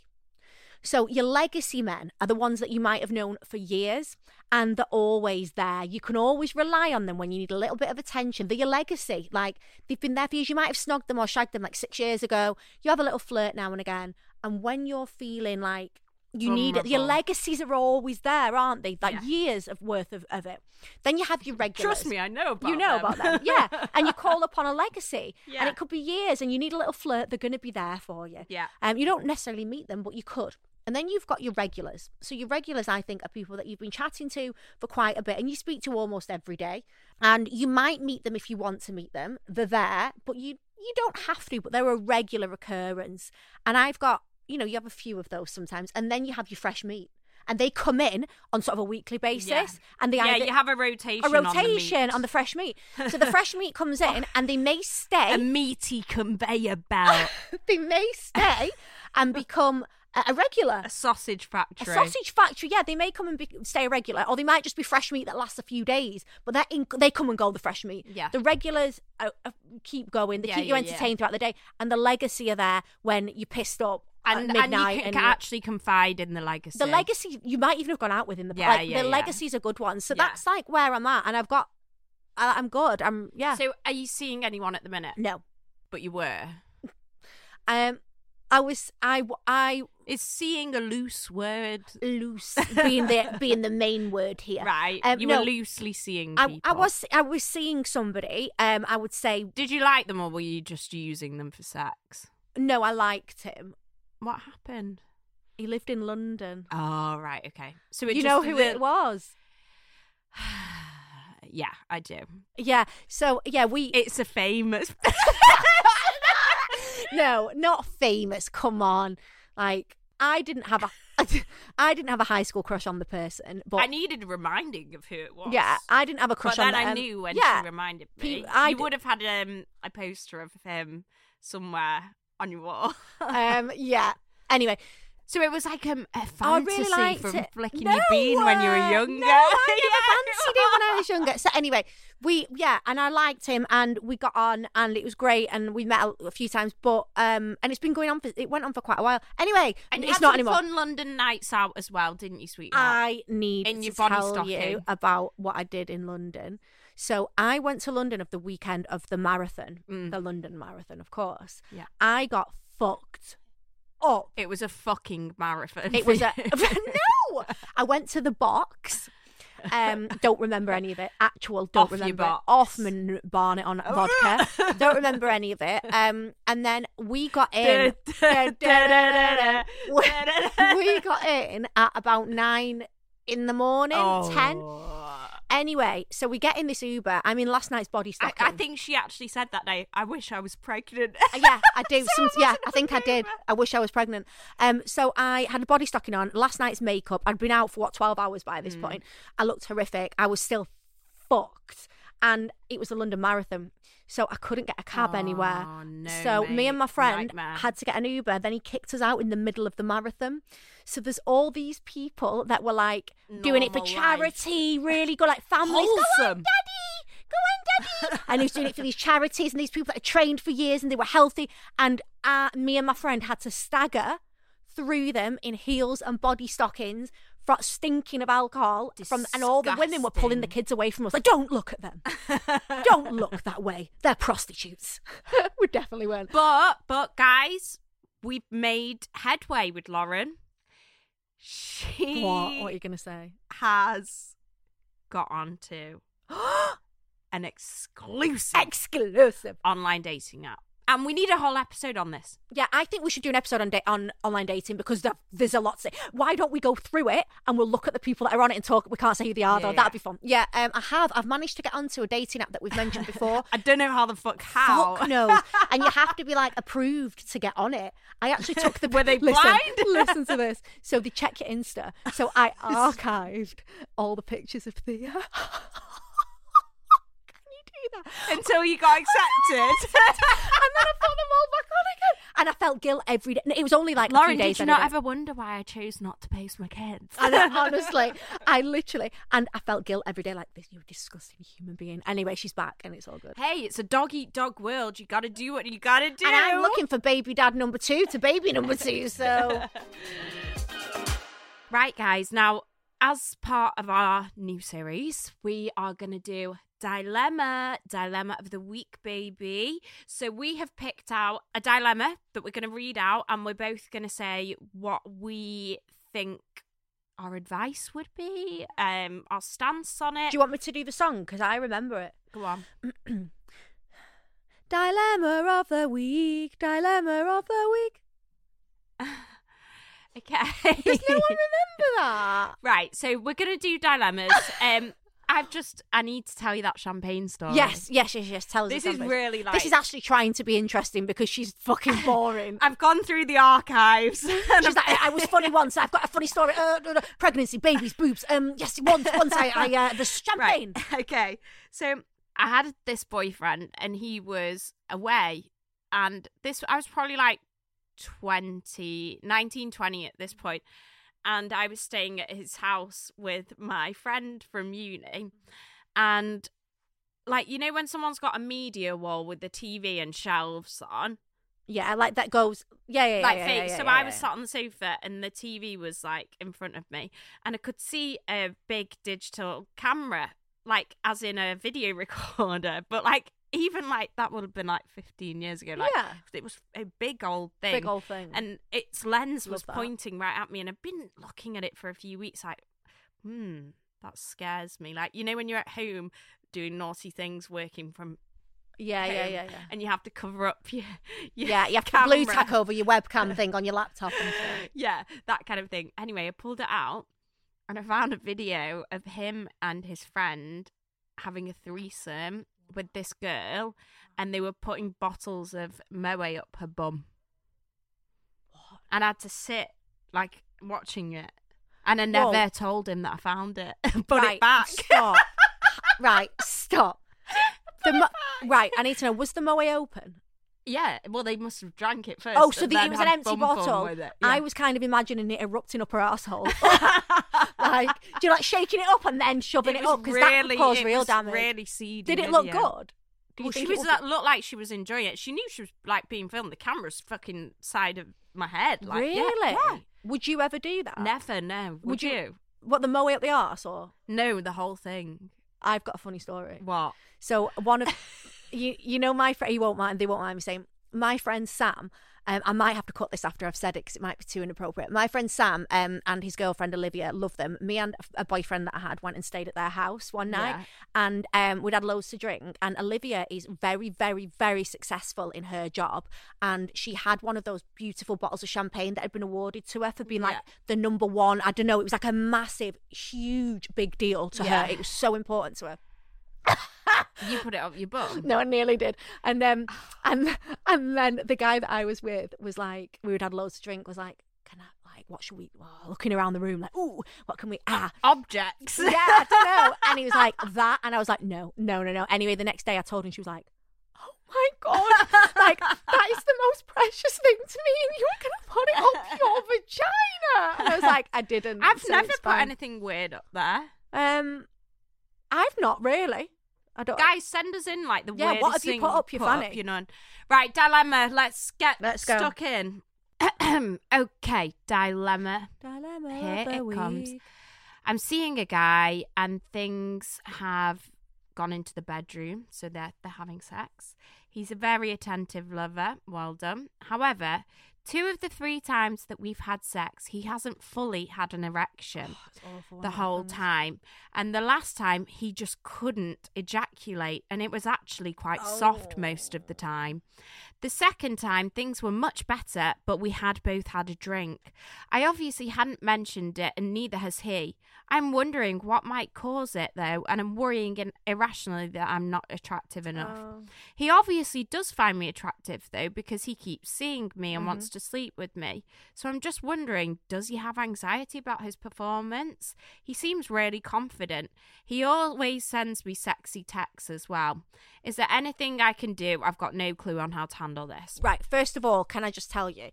So your legacy men are the ones that you might have known for years, and they're always there. You can always rely on them when you need a little bit of attention. They're your legacy. Like they've been there for years. You might have snogged them or shagged them like six years ago. You have a little flirt now and again, and when you're feeling like you need it, your
Vulnerable.
legacies are always there, aren't they? Like
Yeah.
years of worth of, of it. Then you have your regulars.
Trust me, I know about
You know
them.
about them, yeah. And you call upon a legacy, and
Yeah.
it could be years, and you need a little flirt. They're going to be there for you.
Yeah.
Um, you don't necessarily meet them, but you could. And then you've got your regulars. So your regulars, I think, are people that you've been chatting to for quite a bit, and you speak to almost every day. And you might meet them if you want to meet them. They're there, but you you don't have to. But they're a regular occurrence. And I've got, you know, you have a few of those sometimes, and then you have your fresh meat, and they come in on sort of a weekly basis,
Yeah.
and they
yeah,
either-
you have a rotation.
a rotation on the,
on the meat.
fresh meat. So the fresh meat comes in, and they may stay
a meaty conveyor belt,
they may stay and become a, a regular.
a sausage
A
factory.
sausage factory, yeah, they may come and be, stay a regular, or they might just be fresh meat that lasts a few days. But that in, they come and go, the fresh meat.
Yeah.
the regulars are, are, keep going. They
Yeah,
keep you
yeah, yeah.
entertained throughout the day, and the legacy are there when you're pissed up at
and, and you
midnight.
can,
and
can
you're-
actually confide in the legacy.
the legacy you might even have gone out with in the
Yeah,
like
yeah,
the
yeah.
legacy's a good one. So
Yeah.
that's like where I'm at, and I've got, I, I'm good. I'm yeah.
So, are you seeing anyone at the minute?
no,
But you were.
um, I was I I
Is seeing a loose word?
loose being the being the main word here.
Right.
Um,
you
no,
were loosely seeing
I,
people.
I was I was seeing somebody. Um, I would say
Did you like them or were you just using them for sex?
no. I liked him.
What happened?
He lived in London.
Oh, right. Okay. So it
you
just,
know who
the-
it was?
Yeah, I do.
Yeah. So yeah, we
It's a famous.
no, not famous. Come on, like I didn't have a I didn't have a high school crush on the person, but
I needed reminding of who it was.
yeah, I didn't have a crush
but then
on.
I
um,
knew when
yeah,
she reminded
pe-
me.
I
you
d-
would have had um, a poster of him somewhere on your wall.
um, yeah. Anyway,
so it was like um, a
I
fantasy
really liked
from
it.
flicking
No
your bean when you were
way.
younger.
No, I never
Yeah.
fancied it when I was younger. So anyway, we yeah, and I liked him, and we got on, and it was great, and we met a, a few times, but um, and it's been going on for it went on for quite a while. Anyway,
And you
it's
had
not
some
anymore.
fun London nights out as well, didn't you, sweetheart?
I need
In
to
your body
tell you
stocking.
about what I did in London. So I went to London of the weekend of the marathon, the London Marathon, of course.
Mm. Yeah.
I got fucked up.
It was a fucking marathon.
It was a no. I went to the box. Um, don't remember any of it. Actual, don't
Off your
remember.
box.
Offman Barnett on vodka. don't remember any of it. Um, and then we got in. we we got in at about nine in the morning, ten.
Oh.
Anyway, so we get in this Uber. I mean, last night's body
I,
stocking.
I think she actually said that day. I wish I was pregnant.
Uh, yeah, I do.
So
Some,
wasn't
yeah, I think I did.
pregnant.
I wish I was pregnant. Um, so I had a body stocking on. Last night's makeup. I'd been out for what twelve hours by
Hmm.
this point. I looked horrific. I was still fucked, and it was the London Marathon, so I couldn't get a cab anywhere.
Oh, no,
so me and my
mate.
friend
Nightmare.
had to get an Uber. Then he kicked us out in the middle of the marathon. So there's all these people that were like doing it for
Normal life.
charity, really good, like families. Go on,
Wholesome.
daddy, go on, daddy. and he was doing it for these charities and these people that had trained for years and they were healthy. And uh, me and my friend had to stagger through them in heels and body stockings. fro- Stinking of alcohol, from and all the women were pulling the
Disgusting.
kids away from us. Like, don't look at them. don't look that way. They're prostitutes. we definitely weren't.
But but guys, we've made headway with Lauren. She
What? What are you going to say?
has got onto an exclusive
Exclusive.
online dating app, and we need a whole episode on this.
Yeah, I think we should do an episode on da- on online dating because there- there's a lot to say. Why don't we go through it and we'll look at the people that are on it and talk? We can't say who they are though.
Yeah.
That'd be fun. Yeah, um, I have. I've managed to get onto a dating app that we've mentioned before.
I don't know how the fuck how.
Fuck knows. And you have to be like approved to get on it. I actually took the
Were they
listen,
blind?
listen to this. So they check your Insta. So I archived all the pictures of Thea. Can you do that?
Until you got accepted.
and then I put them all back on again. And I felt guilt every day. No, It was only like a
Lauren,
few days.
did you
then I
not ever wonder why I chose not to post my kids?
And I- honestly, I literally, and I felt guilt every day. Like this, you're a disgusting human being. Anyway, she's back, and it's all good.
hey, it's a dog eat dog world. You gotta do what you gotta do.
And I'm looking for baby dad number two to baby number two. So
Right, guys. Now, as part of our new series, we are going to do Dilemma, Dilemma of the Week, baby. So, we have picked out a dilemma that we're going to read out, and we're both going to say what we think our advice would be, um, our stance on it.
Do you want me to do the song? Because I remember it.
Go on.
Dilemma of the week. Dilemma of the week.
Okay.
Does no one remember that?
right. So, we're going to do dilemmas. um, I've just, I need to tell you that champagne story.
Yes, yes, yes, yes. Tell us.
This
the
is
song, please.
really like.
This is actually trying to be interesting because she's fucking boring.
I've gone through the archives. and
She's like, I, I was funny once. I've got a funny story. Uh, no, no. Pregnancy, babies, boobs. Um, yes, once, once I, I uh, the champagne.
Right. Okay. So I had this boyfriend and he was away. And this, I was probably like 20, 19, 20 at this point. And I was staying at his house with my friend from uni. And like, you know, when someone's got a media wall with the TV and shelves on,
Yeah, like that goes. Yeah, yeah, yeah.
like
yeah,
fake.
yeah,
so
yeah,
I was
yeah.
sat on the sofa and the TV was like in front of me, and I could see a big digital camera, like as in a video recorder, but like even like that would have been like 15 years ago. Like,
Yeah.
it was a big old thing.
Big old thing.
And its lens was
Love that.
pointing right at me, and I've been looking at it for a few weeks. Like, hmm, that scares me. Like you know when you're at home doing naughty things, working from
yeah, yeah,
home,
yeah, yeah.
and you have to cover up your, your
Yeah, you have to blue
camera.
tack over your webcam thing on your laptop. And stuff.
yeah, that kind of thing. Anyway, I pulled it out and I found a video of him and his friend having a threesome with this girl and they were putting bottles of Moe up her bum. And I had to sit like watching it. And I never
Whoa.
told him that I found it. Put
right,
it back.
Stop. right, stop. The mo- right, I need to know. Was the Moe open?
yeah. Well they must have drank it first.
Oh, so
and
the,
then
it was
had
an empty
bum bum
bottle.
with it.
I
Yeah.
was kind of imagining it erupting up her asshole. like, do you like shaking it up and then shoving it,
was
up? Because that could cause
it
real
was
damage.
Really seedy.
Did it look
video.
good? Do you
Well, she
think
was
it looked
like,
good?
looked like she was enjoying it. She knew she was like being filmed. The camera's fucking side of my head. Like, yeah,
really?
yeah.
Would you ever do that?
Never. No. Would,
Would you-
you?
What the moe up the arse or?
No, the whole thing.
I've got a funny story.
What?
So one of you, you know, my friend, you won't mind, they won't mind me saying, my friend Sam Um, I might have to cut this after I've said it because it might be too inappropriate. My friend Sam um, and his girlfriend Olivia love them. Me and a boyfriend that I had went and stayed at their house one night,
Yeah.
and um, we'd had loads to drink. And Olivia is very, very, very successful in her job, and she had one of those beautiful bottles of champagne that had been awarded to her for being like
Yeah.
the number one. I don't know. It was like a massive, huge, big deal to
Yeah.
her. It was so important to her.
You put it up your bum.
No, I nearly did. And then and and then the guy that I was with was like, we would had loads to drink. Was like, can I like what should we? oh, looking around the room, like, ooh, what can we? Ah,
Objects.
yeah, I don't know. And he was like that, and I was like, no, no, no, no. Anyway, the next day I told her, and she was like. Oh my god! Like that is the most precious thing to me, and you were gonna put it up your vagina. And I was like, I didn't.
I've
so
never
it's
put
fine.
anything weird up there.
Um, I've not really. I don't.
Guys, send us in like the
Yeah,
weirdest
what have you
thing
put up your fanny?
you know. Right, dilemma. Let's get
Let's go.
stuck in. okay, dilemma.
Dilemma
Here
of the
it comes.
week.
I'm seeing a guy and things have gone into the bedroom, so they're, they're having sex. He's a very attentive lover. Well done. However, two of the three times that we've had sex, he hasn't fully had an erection the whole time. And the last time, he just couldn't ejaculate, and it was actually quite soft most of the time. The second time, things were much better, but we had both had a drink. I obviously hadn't mentioned it, and neither has he. I'm wondering what might cause it, though, and I'm worrying in- irrationally that I'm not attractive enough. He obviously does find me attractive, though, because he keeps seeing me and wants to sleep with me. So I'm just wondering does he have anxiety about his performance? He seems really confident. He always sends me sexy texts as well. Is there anything I can do? I've got no clue on how to handle this.
Right. First of all, can I just tell you,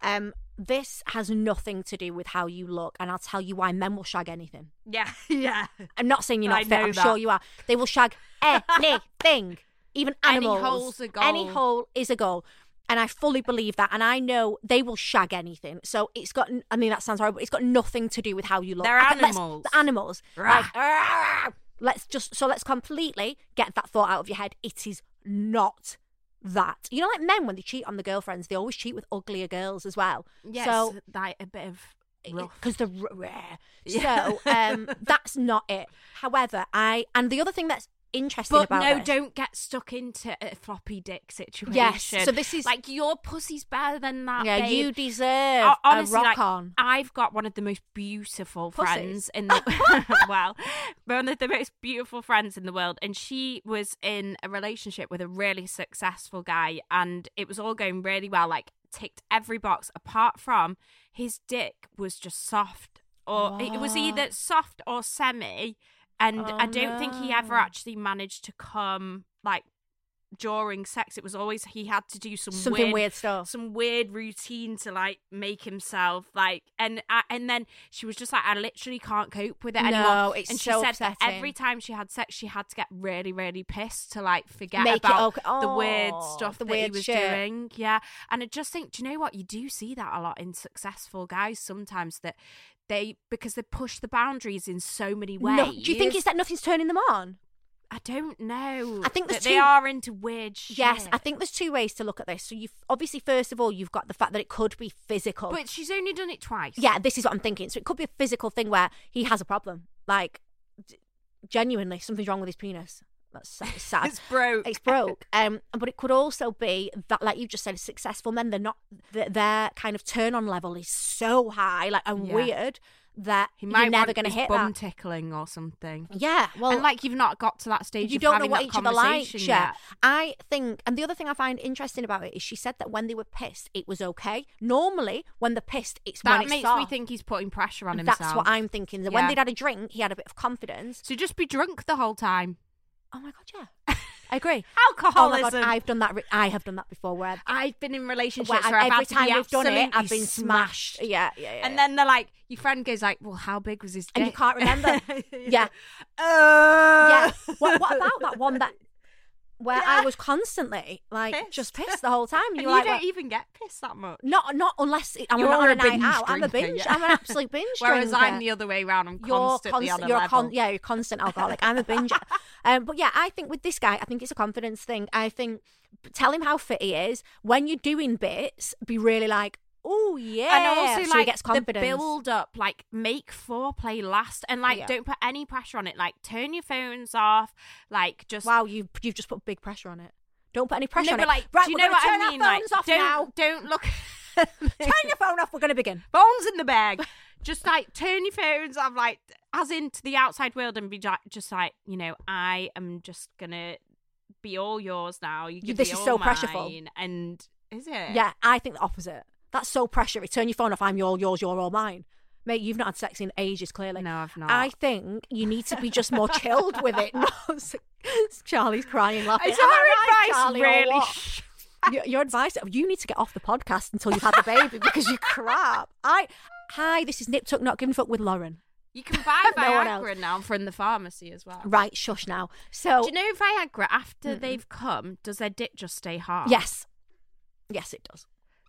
um, this has nothing to do with how you look, and I'll tell you why men will shag anything.
Yeah, yeah.
I'm not saying you're not
I
fit.
know
I'm
that.
sure you are. They will shag anything, even
Any
animals.
hole's a
Any
goal.
hole is a goal. And I fully believe that. And I know they will shag anything. So it's got, I mean, that sounds horrible. It's got nothing to do with how you look.
They're
I can- let's-
animals.
they're animals.
Rah.
Like, "Rah, rah." let's just, so let's completely get that thought out of your head. It is not that. You know, like men, when they cheat on the girlfriends, they always cheat with uglier girls as well.
Yes,
So
like a bit of rough.
because they're r- rare.
Yeah.
So um, that's not it. However, I and the other thing that's interesting
But
about
no,
this-
don't get stuck into a floppy dick situation.
so this is-
like your pussy's better than that.
yeah,
babe.
you deserve
Ho- honestly,
a rock
like,
on.
I've got one of the most beautiful
Pussies.
friends in the well, one of the most beautiful friends in the world, and she was in a relationship with a really successful guy, and it was all going really well. Like ticked every box apart from his dick was just soft, or it was either soft or semi, and
Oh,
I don't think he ever actually managed to come like. During sex, it was always he had to do some
Something weird stuff.
some weird routine to like make himself like and I and then she was just like I literally can't cope with it
No,
anymore.
it's
and she
so
said that
upsetting.
every time she had sex, she had to get really really pissed to like forget
Make it
about
okay.
the weird
Oh,
stuff
the
that he
weird
was
shit.
doing. Yeah, and I just think, do you know what? You do see that a lot in successful guys sometimes that they because they push the boundaries in so many ways.
No- do you think it's that nothing's turning them on?
I don't know.
I think
that
there's
they
two-
are into weird shit.
Yes, I think there's two ways to look at this. So you've obviously, first of all, you've got the fact that it could be physical.
But she's only done it twice.
yeah, this is what I'm thinking. So it could be a physical thing where he has a problem, like d- genuinely something's wrong with his penis. That's sa- it's sad.
It's broke.
It's broke. Um, but it could also be that, like you just said, successful men. They're not. th their kind of turn on level is so high, like and
Yeah.
weird that
He might
you're never
want
going to
his
hit
bum
that.
tickling or something.
yeah. Well,
and like you've not got to that stage.
you
of
don't know
having
what
that
each other likes
conversation
yet.
yet.
I think, and the other thing I find interesting about it is she said that when they were pissed, it was okay. Normally, when they're pissed, it's when
That
it's
makes me
soft.
think he's putting pressure on himself.
That's what I'm thinking. That When
Yeah.
they'd had a drink, he had a bit of confidence.
So just be drunk the whole time.
Oh my god, yeah, I agree. Oh my god,
Alcoholism.
I've done that. Re- I have done that before. Where
I've been in relationships
Where
where,
I've-
I've had
every
to
time
be
I've done it, I've
absolutely
been smashed. Yeah, yeah, yeah,
And
yeah.
then they're like, your friend goes like, "Well, how big was his?" Dick?
And you can't remember. Yeah.
Uh,
yeah. What, what about that one that where I was constantly like just pissed the whole time.
And
you
you
were like,
don't
well,
even get pissed that much.
not not unless it, I'm
You're
not on
a
a night
binge
out. I'm a
drinker,
binge.
yeah.
I'm an absolute binge
Whereas
drinker.
I'm the other way around. I'm
You're
constantly
constant-
on a
you're
level.
Con- yeah, you're constant alcoholic. I'm a binge. um, but yeah, I think with this guy, I think it's a confidence thing. I think tell him how fit he is. When you're doing bits, be really like, oh yeah,
and also
so
like
he gets confidence.
the build up like make foreplay last and like
Yeah.
don't put any pressure on it like turn your phones off like just
Wow, you you've just put big pressure on it. Don't put any pressure
no,
on
but
it.
like
right,
do you
we're
know
gonna
what
turn
i mean
Our
like
phones off
don't
now.
don't look
turn your phone off. We're going to begin.
phones in the bag just like turn your phones off like as into the outside world and be ju- just like you know i am just gonna be all yours now you
You-
can
this
be
is
all
so pressureful.
mine. and is it
Yeah, I think the opposite. That's so pressure. Turn your phone off. I'm all yours. You're all mine. Mate, you've not had sex in ages, clearly.
No, I've not.
I think you need to be just more chilled with it. No, it's- Charlie's crying, laughing.
is
Am
our
I right,
advice
Charlie, or
really
what? your, your advice you need to get off the podcast until you've had the baby because you're crap. I hi, this is Nip Tuck Not Giving a Fuck with Lauren.
you can buy
No one else.
viagra now from the pharmacy as well
Right, Oh. shush now. So
Do you know Viagra after they've come, does their dick just stay hard?
Ah. yes, yes, it does.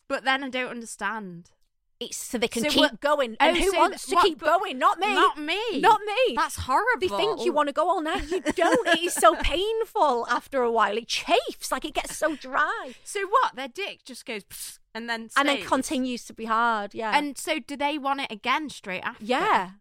But then I don't understand.
It's so they can
So
keep
what-
going.
Oh,
And who
so
wants to
what-
keep
but-
going? Not me.
Not me.
Not me.
That's horrible.
They think you want to go all night. You don't. it is so painful after a while. It chafes, like it gets so dry,
So what? Their dick just goes pss, and then
and then
stays.
continues to be hard. Yeah.
And so do they want it again straight after?
Yeah.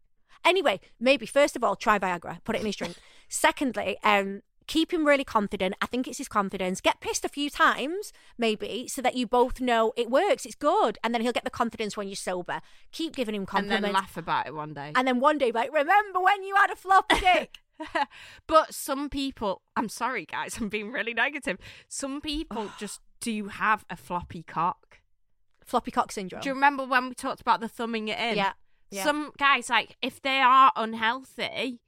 Anyway, maybe first of all, try Viagra, put it in his drink. Secondly, um, keep him really confident. I think it's his confidence. Get pissed a few times, maybe, so that you both know it works, it's good, and then he'll get the confidence when you're sober. Keep giving him
And
compliments.
then laugh about it one day.
And then one day, be like, remember when you had a floppy dick?
but some people, I'm sorry guys, I'm being really negative. Some people just do have a floppy cock.
floppy cock syndrome.
Do you remember when we talked about the thumbing it in?
Yeah, yeah.
Some guys like if they are unhealthy,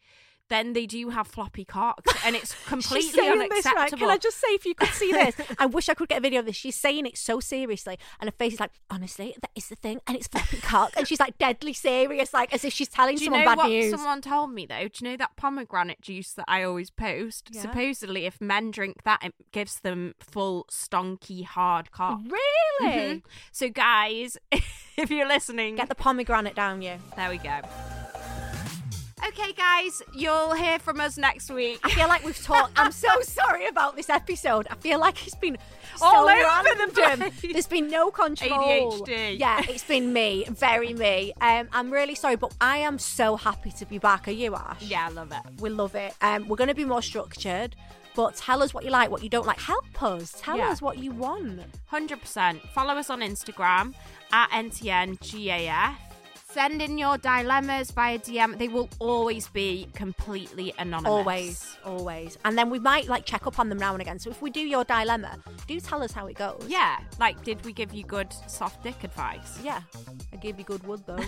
then they do have floppy cocks, and it's completely
She's saying
unacceptable.
this, right? Can I just say, if you could see this, I wish I could get a video of this. She's saying it so seriously, and her face is like, honestly, that is the thing, and it's floppy cock, and she's like deadly serious, like as if she's telling
do you
someone
know
bad
what
news.
someone told me though? Do you know that pomegranate juice that I always post?
Yeah.
Supposedly, if men drink that, it gives them full stonky hard cock.
Really?
Mhm. So, guys, if you're listening,
Get the pomegranate down you.
there we go. Okay, guys, you'll hear from us next week.
I feel like we've talked. I'm so sorry about this episode. I feel like it's been so
All over the
random.
place.
There's been no control.
ADHD.
Yeah, it's been me, very me. Um, I'm really sorry, but I am so happy to be back. Are you, Ash?
Yeah, I love it.
We love it. Um, we're going to be more structured, but tell us what you like, what you don't like. Help us. Tell
Yeah.
us what you want.
100%. Follow us on Instagram at NTNGAF. Send in your dilemmas via DM. They will always be completely anonymous.
Always, always. And then we might like check up on them now and again. So if we do your dilemma, do tell us how it goes.
Yeah. Like, did we give you good soft dick advice?
Yeah. I gave you good wood though.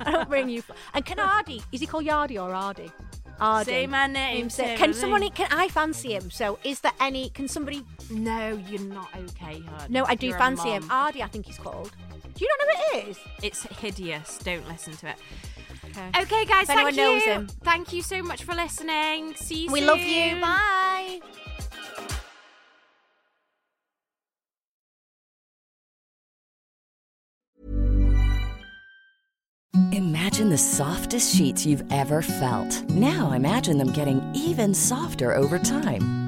I don't bring you. And can Ardy? Is he called Yardy or Ardy? Ardy.
Say my name,
Say-
say
Can
my
someone? e,
name.
Can I fancy him? So is there any? Can somebody?
No, you're not okay, hun.
e- No, I do
You're a
fancy him.
mum.
Ardy, I think he's called. Do you not know who it is?
It's hideous. Don't listen to it.
Okay.
Okay, guys,
If anyone
thank
knows
you.
him.
Thank you so much for listening. See you
We
soon.
love you. Bye.
Imagine the softest sheets you've ever felt. Now imagine them getting even softer over time.